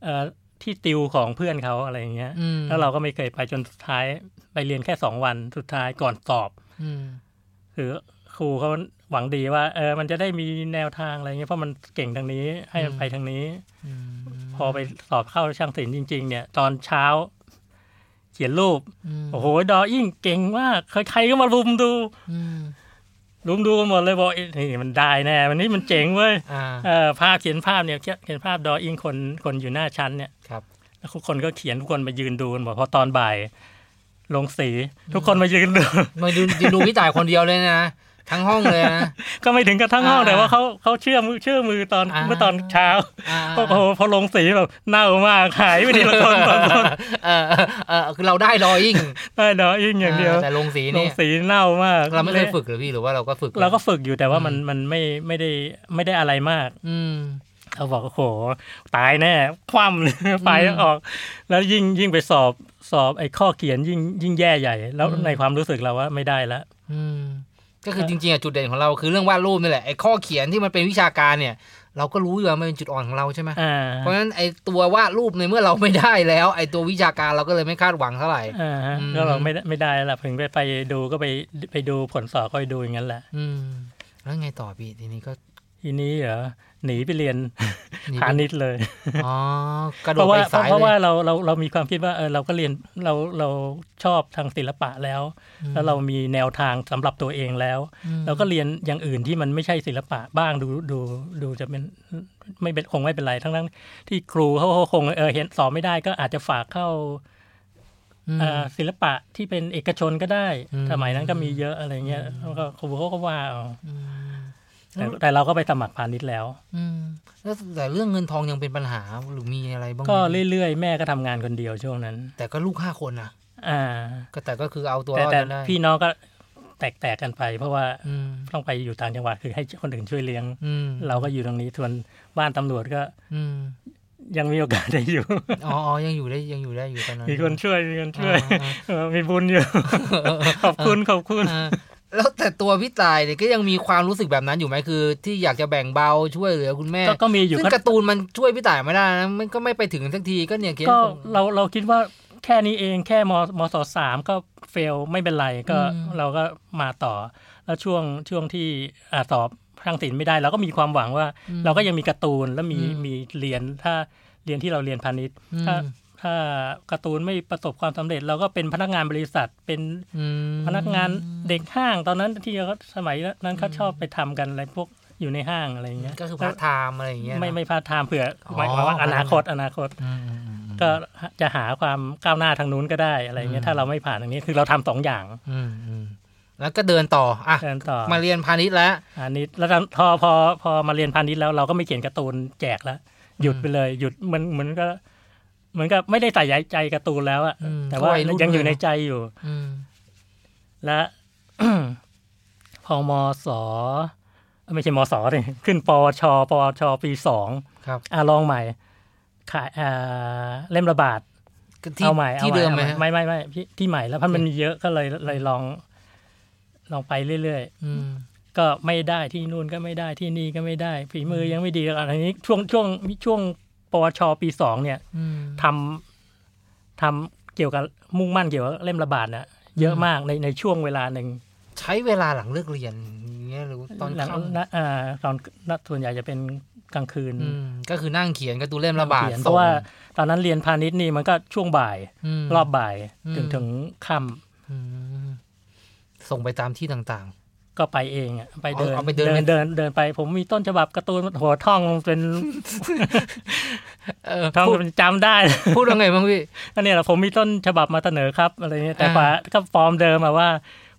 D: เอ่อที่ติวของเพื่อนเขาอะไรอย่างเงี้ย
B: อืม
D: แล้วเราก็ไม่เคยไปจนสุดท้ายไปเรียนแค่สองวันสุดท้ายก่อนสอบ
B: อืม
D: คือครูเขาหวังดีว่าเออมันจะได้มีแนวทางอะไรเงี้ยเพราะมันเก่งทางนี้ให้มันไปทางนี้
B: อืม
D: พอไปสอบเข้าช่างศิลป์จริง ๆ เนี่ย ตอนเช้า เขียนรูป โอ้โหดออิ่งเก่งมากใครๆก็มารุมดู
B: อืม
D: รุมดูกันหมดเลยบอกเอ๊ะนี่มันได้แน่วันนี้มันเจ๋งเว้ย
B: อ่า
D: เออภาพเขียนภาพเนี่ยเขียนเขียนภาพดออิงคนคนอยู่หน้าชั้นเนี่ย
B: ครับ
D: แล้วทุกคนก็เขียนทุกคนมายืนดูกันหมดพอตอนบ่าย ลงสี ทุกคนมายืนดู
B: มาดูดูพี่ต่ายคนเดียวเลยนะทั้งห้องเลยนะ
D: ก็ไม่ถึงกับทั้งห้อง
B: อ่า
D: แต่ว่าเขาเขาเชื่อมือเชื่อมือตอน
B: อ่า
D: เมื่อตอนเช้า
B: อ่า
D: โอ้โห พอลงสีแบบเน่ามากหายไปทีละ คนสองคน
B: เออเออเออคือเราได้รอยิ่ง
D: ได้ดออิงอย่างเดียว
B: แต่ลงสี
D: ล
B: นี่
D: งสีเน่ามาก
B: เราไม่เคยฝึกหรือพี่หรือว่าเราก็ฝึก
D: เราก็ฝึกอยู่แต่ว่ามันมันไม่ไม่ได้ไม่ได้อะไรมาก
B: อืม
D: เขาบอกโอ้โห ตายแน่ คว่ำเลย ไปแล้วออก แล้วยิ่งยิ่งไปสอบสอบไอ้ข้อเขียนยิ่งยิ่งแย่ใหญ่ แล้ว
B: อืม
D: ในความรู้สึกเราว่าไม่ได้แล้ว
B: อืมก็คือจริงๆอะจุดเด่นของเราคือเรื่องวาดรูปนี่แหละไอ้ข้อเขียนที่มันเป็นวิชาการเนี่ย เราก็รู้อยู่ว่ามันเป็นจุดอ่อนของเราใช่ไหม
D: อ่า
B: เพราะฉะนั้นไอ้ตัววาดรูปในเมื่อเราไม่ได้แล้ว ไอ้ตัววิชาการเราก็เลยไม่คาดหวังเท่าไหร่
D: อ่าฮะ
B: อืม
D: ก็เราไม่ได้ไม่ได้ละถึงไปไปดูก็ไปไปดูผลสอบก็ไปดูอย่างนั้นแหละ
B: อืม แล้วไงต่อพี่ที นี้ก็
D: ทีนี้เหรอหนีไปเรียน
B: หนี
D: พา
B: ไป
D: ณิชย์เลย
B: อ๋อกระโดด
D: เพราะ
B: ไป
D: ว่า
B: อีกสาย
D: เพราะ
B: เล
D: ว่าย เราเราเรามีความคิดว่าเออเราก็เรียนเราเราชอบทางศิลปะแล้ว แล้วเรามีแนวทางสำหรับตัวเองแล้ว
B: อืม
D: เราก็เรียนอย่างอื่นที่มันไม่ใช่ศิลปะบ้างดูดูดูจะเป็นไม่เป็นคงไม่เป็นไรทั้งทั้งที่ครูเขาเขาคงเออเห็นสอบไม่ได้ก็อาจจะฝากเข้า
B: อืม
D: เอ่อศิลปะที่เป็นเอกชนก็ได้
B: อืม
D: สมัยนั้นก็มีเยอะอะไรเงี้ยแล้วก็ครูเขาก็ว่าเอา
B: ม
D: แต่แต่เราก็ไปสมัครพาณิชย์แล้ว
B: อืมแล้วแต่เรื่องเงินทองยังเป็นปัญหาหรือมีอะไรบ้างไหม
D: ก็เรื่อยๆ แม่ก็ทำงานคนเดียวช่วงนั้น
B: แต่ก็ลูกห้าคนนะ
D: อ่า
B: ก็แต่ก็คือเอาตัว
D: แต่
B: รอด
D: แต่
B: ได้
D: พี่น้องก็แตกๆกันไป เพราะว่า
B: อืม
D: ต้องไปอยู่ต่างจังหวัดคือให้คนอื่นช่วยเลี้ยง
B: อืม
D: เราก็อยู่ตรงนี้ส่วนบ้านตำรวจก็
B: อืม
D: ยังมีโอกาสได้อยู่
B: อ๋ออ๋อยังอยู่ได้ยังอยู่ได้อยู่ตอนนั้น
D: มีคนช่วยมีคนช่วย
B: อ่าอ่า
D: เออมีบุญอยู่ ขอบคุณขอบคุณ
B: อ่าแล้วแต่ตัวพี่ตายเนี่ยก็ยังมีความรู้สึกแบบนั้นอยู่ไหมคือ ที่อยากจะแบ่งเบาช่วยเหลือคุณแม่
D: ก็ก็มีอยู่
B: ซึ่ง
D: ก็
B: การ์ตูนมันช่วยพี่ตายไม่ได้นะมันก็ไม่ไปถึงสักทีก็เนี่ยเขียน
D: ก็
B: คน
D: เราเราคิดว่าแค่นี้เองแค่มมศสามก็เฟลไม่เป็นไรก็
B: อืม
D: เราก็มาต่อ แล้วช่วงช่วงที่อาสอบทางศิลป์ไม่ได้ เราก็มีความหวังว่า
B: อืม
D: เราก็ยังมีการ์ตูนแล้วมี
B: อืม
D: มีเรียนถ้าเรียนที่เราเรียนพาณิชย์
B: อืม
D: ถ้า ถ้าการ์ตูนไม่ประสบความสำเร็จ เราก็เป็นพนักงานบริษัทเป็น
B: อืม
D: พนักงานเด็กห้าง ตอนนั้นที่เขาสมัยนั้นเขาชอบไปทำกันอะไรพวกอยู่ในห้างอะไรอย่างเงี้ย
B: ก็คือพาร์ทไทม์อะไรอย่างเงี้ยนะ
D: ไม่ไม่พาร์ทไทม์เผื่ออ
B: อ
D: หมายความว่าอนาคตอนาคต
B: อืมอืมอืม
D: ก็จะหาความก้าวหน้าทางนู้นก็ได้อะไรเงี้
B: อื
D: ย
B: ม
D: ถ้าเราไม่ผ่านตรงนี้คือเราทำสองอย่าง
B: อืมอืมแล้วก็เดินต่ออ่ะ
D: เดินต่อ
B: มาเรียนพาณิชย์แล้ว
D: อันนี้แล้วพอพอพอมาเรียนพาณิชย์แล้วเราก็ไม่เขียนการ์ตูนแจกแล้วหยุดไปเลยหยุดเหมือนเหมือนก็เหมือนกับไม่ได้ใส่ใจการ์ตูนแล้วอะ
B: อืม
D: แต่ว่า
B: วัยรุ่น
D: ยังอยู่
B: เลย
D: ใน
B: นะ
D: ใจอยู่
B: อืม
D: และ พอมศไม่ใช่มศเลย ขึ้นปวชปวชปีสอง
B: ครับ
D: อ่ะลองใหม่ขายอ่าเล่มระบาด
B: ที่
D: เอาใหม่
B: ที่
D: อา
B: เดิมไหม
D: อา
B: ฮะ
D: ไม่ไม่ไม่พี่ที่ใหม่แล้วเพราะมันมีเยอะก็เลยเลยลองลองไปเรื่อย
B: อืม
D: ๆ ก็ไม่ได้ที่นู่นก็ไม่ได้ที่นี่ก็ไม่ได้ฝีมือยังไม่ดีอะไรนี้ช่วงช่วงช่วงปวชปีสองเนี่ย
B: อืม
D: ทำทำเกี่ยวกับมุ่งมั่นเกี่ยวกับเล่มระบาดนะเยอะมากในในช่วงเวลาหนึ่ง
B: ใช้เวลาหลังเลิกเรียนอย่างเงี้ยหรือตอน
D: หลัง
B: ค่ำ
D: นะอ่าตอนนะส่วนใหญ่จะเป็นกลางคืน
B: อืมก็คือนั่งเขียนการ์ตูนเล่มระบาด
D: เขียน
B: ส่ง
D: เพราะว่าตอนนั้นเรียนพาณิชย์นี่มันก็ช่วงบ่าย
B: ม
D: รอบบ่ายถึง
B: อืม
D: ถึงค่ำ
B: อืมส่งไปตามที่ต่าง
D: ก็ไปเองอ่ะไปเดิน
B: เอาไปเดิน
D: เดินเดินไป ผมมีต้นฉบับการ์ตูนหัวท่องเป็น
B: ๆ เออ
D: ท่อง
B: พูด
D: เป็นจำได้
B: พูดว่าไงบ้างพี่
D: ก็เนี่ยแหละผมมีต้นฉบับมาเสนอครับอะไรเงี้ยแต่
B: อ่า
D: ว่าก็ฟอร์มเดิมอะว่า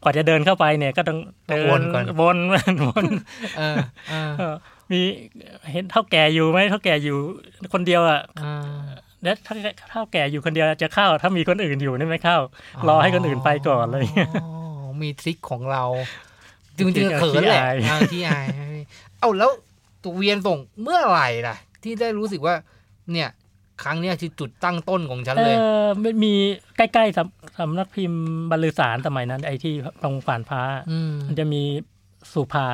D: กว่าจะเดินเข้าไปเนี่ยก็ต้องเดิ
B: วนก่อน
D: วน วน
B: เออเออ
D: เออมีเห็นเท่าแก่อยู่ไหมเท่าแก่อยู่คนเดียวอ่ะ
B: เออ
D: แล้วถ้าเท่าแก่อยู่คนเดียวจะเข้า ถ้ามีคนอื่นอยู่นี่ไม่เข้า รอให้คนอื่นไปก่อนอะไรอย่างเงี้ย
B: อ๋อมีทริคของเราจริงๆเขินแหละ
D: ที่อาย
B: อ่าที่อายเอาแล้วตัวเวียนส่งเมื่อไหร่ล่ะ ที่ได้รู้สึกว่า เนี่ย ครั้งเนี้ยคือจุดตั้งต้นของฉัน
D: เอ
B: เลย
D: อมันมีใกล้ๆสำสำนักพิมพ์บรรลือสารสมัยนั้น ไอ้ที่ตรงฝ่านฟ้า
B: ม
D: มันจะมีสุภา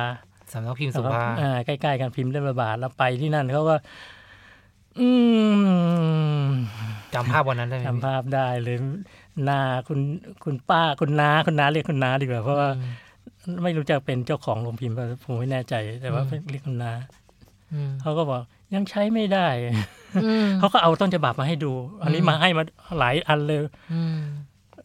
B: สำนักพิมพ์สุภา
D: อ่าใกล้ๆกันพิมพ์เล่มระบาดแล้วไปที่นั่นเขาก็ อืม
B: จำภาพวันนั้นได้ไหม
D: จำภาพได้เลยนาคุณคุณป้าคุณน้าคุณน้าเรียกคุณน้าดีกว่าเพราะว่า
B: อืม
D: ไม่รู้จะเป็นเจ้าของโรงพิมพ์ป่ะผมไม่แน่ใจ แต่ว่า
B: อืม
D: เรียกคุณน้า
B: อืม
D: เขาก็บอกยังใช้ไม่ได้
B: อืม
D: เขาก็เอาต้นฉบับมาให้ดู อันนี้
B: อืม
D: มาให้มาหลายอันเลย
B: อืม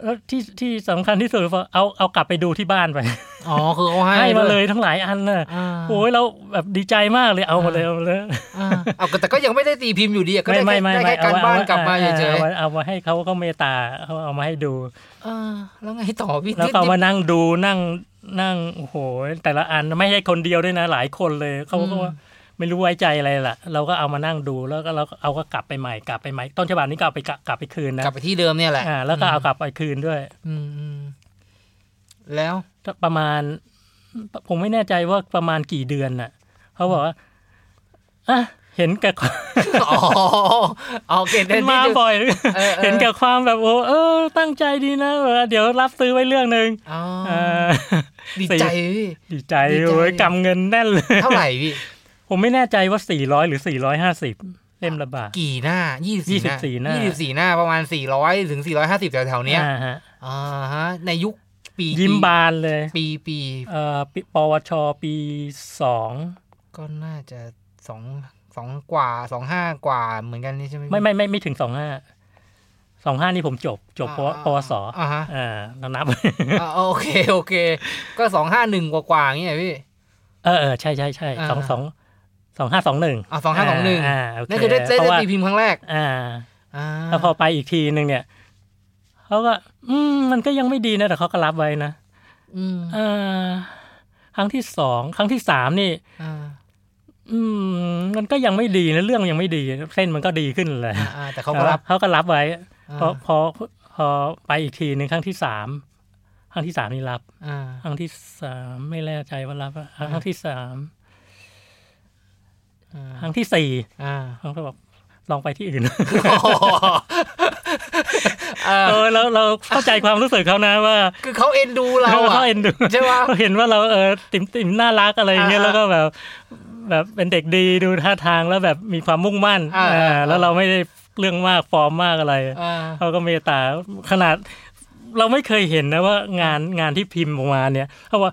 D: แล้วที่ที่สำคัญที่สุดคือเอาเอากลับไปดูที่บ้านไป
B: อ๋อคือเขาให้
D: ให้มาเล
B: ด้วย
D: ทั้งหลายอันน่ะ
B: อ่า
D: โอ้ยเราแบบดีใจมากเลยเอามาเลยเอามาเลย
B: อ่าเอาแต่ก็ยังไม่ได้ตีพิมพ์อยู่ดีอะก็
D: ไม่
B: ได้
D: ไม่
B: แค่ได้
D: ไม่ไม่
B: แค่การบ้านกลับมาเฉย
D: เอาเอามาให้เขาก็เมตตาเขาเอามาให้ดู
B: ๆอ่าแล้วไงต่อพี่
D: แล้ว
B: ที่
D: ก็เอามานั่งดูนั่งนั่งโอ้โหแต่ละอันไม่ใช่คนเดียวด้วยนะหลายคนเลยเขาก็ว่าไม่รู้ไว้ใจอะไรล่ะ เราก็เอามานั่งดูแล้วก็เราก็เอาก็กลับไปใหม่กลับไปใหม่ต้นฉบับนี้ก็เอาไปกลับกลับไปคืนนะ
B: กลับไปที่เดิมเนี่ยแหละ
D: อ่าแล้วก็เอากลับไปคืนด้วย
B: อืมอืมแล้ว
D: ประมาณ ผมไม่แน่ใจว่าประมาณกี่เดือนน่ะเขาบอกว่าอ่ะเห็นแก่ ความ
B: อ๋อโอเคเดี๋ยว
D: มา
B: ที่ดู
D: บ่อย
B: เออเออ
D: เห็นแก่ความแบบโอ้เออ ตั้งใจดีนะเออเดี๋ยวรับซื้อไว้เรื่องหนึ่ง
B: อ๋อ
D: อ่า
B: ดี
D: สี่
B: ใจพี่
D: ดีใจ
B: ดีใจ
D: โอ้ยกำเงินแน่นเลย
B: เท่าไหร่พี่
D: ผมไม่แน่ใจว่า 400 หรือ 450 เล่มละบาท
B: กี่หน้ายี่สิบสี่
D: 24ห
B: ห
D: น้า
B: น้ายี่สิบสี่หน้าประมาณสี่ร้อยถึงสี่ร้อยห้าสิบแถวๆเนี้ย
D: อ่าฮะ
B: อ่าฮะ ในยุคปี
D: ยิ้มบานเลย
B: ปีปี
D: เอ่อปีปวชปีสอง
B: ก็น่าจะสองสองกว่าสองห้ากว่าเหมือนกันนี่ใช่ไหมพี่
D: ไม่ไม่ไม่ไม่ถึงสองห้าสองห้านี่ผมจบ จบปวปวส
B: อ่าฮะ
D: อ่าเรานับ
B: อ่าโอเคโอเค ก็สองห้าหนึ่งกว่ากว่าอย่างเงี้ยพี่
D: เออเออใช่ใช่ใช่
B: อ่า
D: สองสองสองห้าสองหนึ่ง
B: อ่าสองห้าสองหนึ่ง
D: อ่าโเ
B: นั่นคือได้ได้
D: เพ
B: ได้
D: ราะว่า
B: ตีพิมพ์ครั้งแรก
D: อ่า
B: อ่า
D: แล้วพอไปอีกทีหนึ่งเนี่ยเขาก็ อืมมันก็ยังไม่ดีนะแต่เขาก็รับไว้นะ
B: อืม
D: อ่าครั้งที่สองครั้งที่สามนี่
B: อ่า
D: อืม มันก็ยังไม่ดีนะเรื่องยังไม่ดีเส้นมันก็ดีขึ้นเลย
B: อ่าอ่าแต่เขาก็รับ
D: เขาก็รับไว้
B: อ่า
D: พอพอพอไปอีกทีหนึ่งครั้งที่สามครั้งที่สามนี่รับ
B: อ่า
D: ครั้งที่สามไม่แน่ใจว่ารับอะครั้งที่สาม
B: อ่า
D: ครั้งที่สี่
B: อ่า
D: เขาก็บอกลองไปที่อื่น
B: เออ
D: เออเราเราเข้าใจความรู้สึกเขานะว่า
B: คือเขาเอ็นดูเราอะ
D: เขาเอ็นดู
B: ใช่ปะ
D: เขาเห็นว่าเราเออติ่มติ่มน่ารักอะไรอย่างเงี้ย
B: อ่า
D: แล้วก็แบบ แบบเป็นเด็กดีดูท่าทางแล้วแบบมีความมุ่งมั่น
B: อ่า
D: เออ
B: อ่า
D: แล้วเราไม่ได้เรื่องมากฟอร์มมากอะไร
B: อ่า
D: เขาก็เมตตาขนาด เราไม่เคยเห็นนะว่างานงานที่พิมพ์ออกมาเนี่ยเขาว่า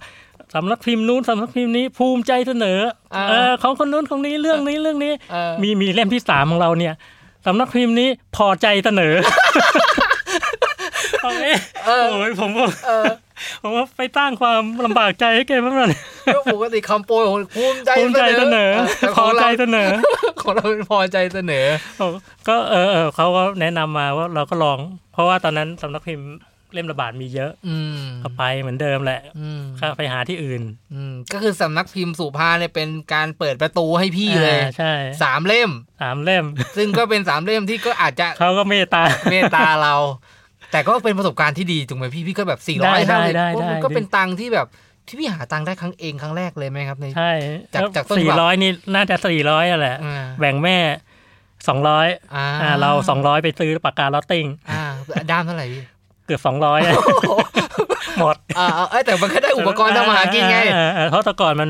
D: สำนักพิมพ์นู้นสำนักพิมพ์นี้ภูมิใจเสนออา เออของคนนู้นของนี้เรื่องนี้เรื่องนี้
B: เออ
D: มีมีเล่มที่สามของเราเนี่ยสำนักพิมพ์นี้พอใจเสน อ เอาเอ๊ะ
B: เออ
D: โอ้ยผมว่า
B: เออ
D: ผมว่าไปตั้งความลำบากใจให้แกบ้างเลย
B: ก็ปกติคำโปรยของภูมิใจ
D: ภูมิใจเสนอ
B: แต่
D: พ
B: ขอ
D: อง ใจ
B: เรา
D: เสนอ
B: ของเราเป็นพอใจเสนอ
D: ผมก็เออเออเขาก็แนะนำมาว่าเราก็ลอง เพราะว่าตอนนั้นสำนักพิมพ์เล่มระบาดมีเยอะ
B: อืม
D: ก็ไปเหมือนเดิมแหละ
B: อืม
D: ก็ไปหาที่อื่น
B: อืมก็คือสำนักพิมพ์สุภาเนี่ยเป็นการเปิดประตูให้พี่เลย
D: อ่าใช่
B: สามเล่ม
D: สามเล่ม
B: ซึ่งก็เป็นสามเล่มที่ก็อาจจะ
D: เขาก็เมตตา
B: เมตตาเรา แต่ก็เป็นประสบการณ์ที่ดีถูกไหมพี่พี่ก็แบบสี่ร้อย
D: ได้
B: ห้า
D: ได้ได้
B: มันก็
D: ได้
B: เป็นตังค์ที่แบบที่พี่หาตังค์ได้ครั้งเองครั้งแรกเลยไหมครับใน
D: ใช่
B: จากจากต้นฉบับ
D: สี่ร้อยนี่น่าจะสี่ร้อยแหละ
B: อ่า
D: แบ่งแม่สองร้อย
B: อ่า
D: อ่าเราสองร้อยไปซื้อปากกาลอตติ้ง
B: อ่าด้ามเท่าไหร่พี่
D: เกือบสองร้อยหมด
B: อ่าเอาเอ้ยแต่มันก็ได้อุปกรณ์ทำมาหากินไง
D: เออเออเพราะแต่ก่อนมัน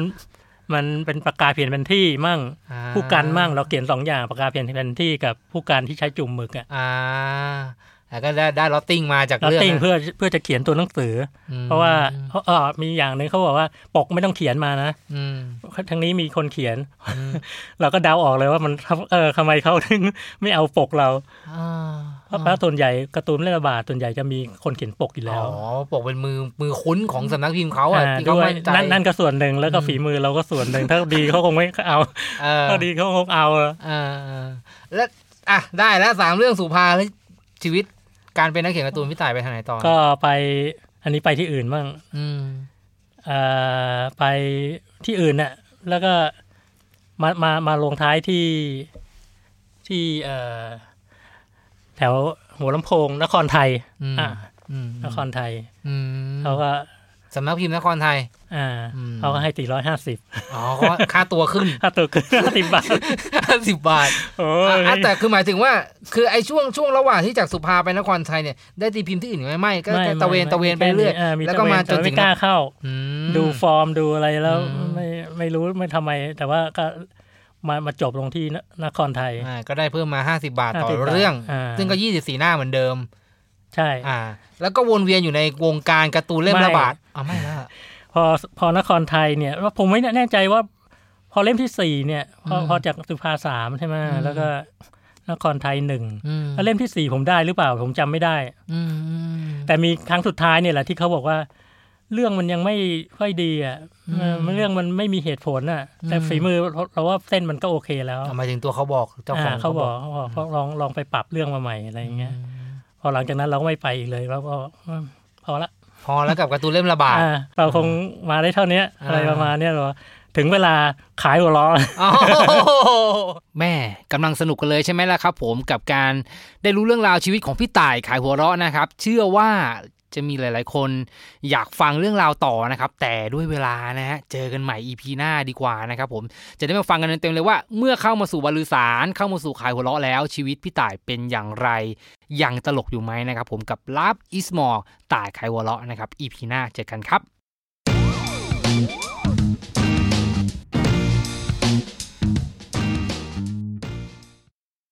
D: มันเป็นปากกาเพียนเป็นที่มั่ง
B: อ่า
D: ผู้กันมั่งเราเขียนสองอย่างปากกาเพียนเป็นที่กับผู้การที่ใช้จุ่มหมึกอะ
B: อ่าแล้วก็ได้ได้ลอตติ้งมาจาก
D: ลอต
B: เรื่อง
D: ติ้ง
B: นั้น
D: เพื่อเพื่อจะเขียนตัวหนังสือ
B: อื
D: อ
B: ม
D: เพราะว่าเขาเออมีอย่างหนึ่งเขาบอกว่าปกไม่ต้องเขียนมานะ
B: อืม
D: ทั้งนี้มีคนเขียน
B: อืม
D: เราก็เดาออกเลยว่ามันเออทำไมเขาถึงไม่เอาปกเรา
B: อ่า
D: เพราะเพราะส่วนใหญ่การ์ตูนเล่นระบาดส่วนใหญ่จะมีคนเขียนปกอยู่
B: อ๋
D: แล้ว
B: อบอกเป็นมือมือคุ้นของสำนักพิมพ์เขาอ่ะ
D: อ่า
B: ที่
D: ด้
B: เขา
D: วย
B: มั่นใจ
D: นั่นนั่นก็ส่วนหนึ่งแล้วก็ฝีมือเราก็ส่วนหนึ่งถ้าดีเขาคงไม่เอา
B: เออ
D: ถ้าดีเขาคงเอาอะ
B: เออเออแล้วอ่ะได้แล้วสามเรื่องสุภาแล้วชีวิตการเป็นนักเขียนการ์ตูนพี่ต่ายไปทางไหนต่อ
D: ก็ไป อันนี้ไปที่อื่นบ้าง
B: อืม
D: เอ่อไปที่อื่นน่ะแล้วก็มามามาลงท้ายที่ที่เอ่อแถวหัวลำโพงนครไทย
B: อืม
D: อ่ะ
B: อืม
D: นครไทย
B: อืม
D: เขาก็
B: สำนักพิมพ์นครไทย
D: อ่า
B: อืม
D: เขาก็ให้ตีร้อยห้าสิบ
B: อ๋อก็ค่าตัวขึ้น
D: ถ้าตัวเกินห้าสิบบาท
B: สิบบาท
D: โอ้
B: อ่ะ
D: ย
B: อ่ะแต่คือหมายถึงว่า คือไอ้ช่วงช่วงระหว่างที่จากสุภาไปนครไทยเนี่ยได้ตีพิมพ์ที่อื่นไหมไม่ก็
D: ไม่
B: ตะเวน
D: ไม่
B: ตะเวนไปเรื่อย
D: แค่นี้า
B: แล้วก็มาจน
D: ตะเว
B: ถึง
D: ไม่กล้าเข้า
B: อืม
D: ดูฟอร์มดูอะไรแล้ว
B: อืม
D: ไม่ไม่รู้ไม่ทำไม แต่ว่าก็มามาจบลงที่นนครไทย
B: อ่าก็ได้เพิ่มมา 50 บาทต่อ
D: 50บาท
B: เรื่อง
D: อ่า
B: ซึ่งก็ 24 หน้าเหมือนเดิม
D: ใช่
B: อ่า แล้วก็วนเวียนอยู่ในวงการการ์ตูนเล่ม
D: ไม่
B: ละบาทอ๋อไม่ละ
D: พอพอนครไทยเนี่ยว่าผมไม่แน่ใจว่า พอเล่มที่สี่เนี่ย พอ
B: อืม
D: พอจากสุภาสามใช่ไหม
B: อืม
D: แล้วก็นครไทยหนึ่ง
B: อืม
D: แล้วเล่มที่สี่ผมได้หรือเปล่า ผมจำไม่ได้
B: อืมอืม
D: แต่มีครั้งสุดท้ายเนี่ยแหละที่เขาบอกว่า เรื่องมันยังไม่ค่อยดีอ่ะ
B: อืม
D: มันเรื่องมันไม่มีเหตุผลอ่ะ แต่
B: อืม
D: ฝีมือเราเราว่าเส้นมันก็โอเคแล้ว
B: เอาหมายถึงตัวเขาบอกเจ้าของ
D: อ่าเขาบอกเขาบอกเขาลองลองไปปรับเรื่องมาใหม่อะไรอย่างเงี้ย พอหลังจากนั้นเราก็ไม่ไปอีกเลยแล้วก็อืมพอละ
B: พอแล้วกับการ์ตูนเล่มละบาท
D: อ่าเราคงมาได้เท่าเนี้ย
B: อ่า
D: อะไรประมาณเนี้ยหรอถึงเวลาขายหัวล้อ
B: โอ้โห แม่กำลังสนุกกันเลยใช่ไหมล่ะครับผมกับการได้รู้เรื่องราวชีวิตของพี่ต่ายขายหัวเราะนะครับ เชื่อว่าจะมีหลาย ๆ คนอยากฟังเรื่องราวต่อนะครับ แต่ด้วยเวลานะฮะเจอกันใหม่ EP หน้าดีกว่านะครับผมจะได้มาฟังกันเต็มๆเลยว่า เมื่อเข้ามาสู่บรรลือสารเข้ามาสู่ขายหัวเราะแล้ว ชีวิตพี่ต่ายเป็นอย่างไร ยังตลกอยู่ไหมนะครับ ผมกับลาบอิสมอต่ายขายหัวเราะนะครับ EP หน้าเจอกันครับ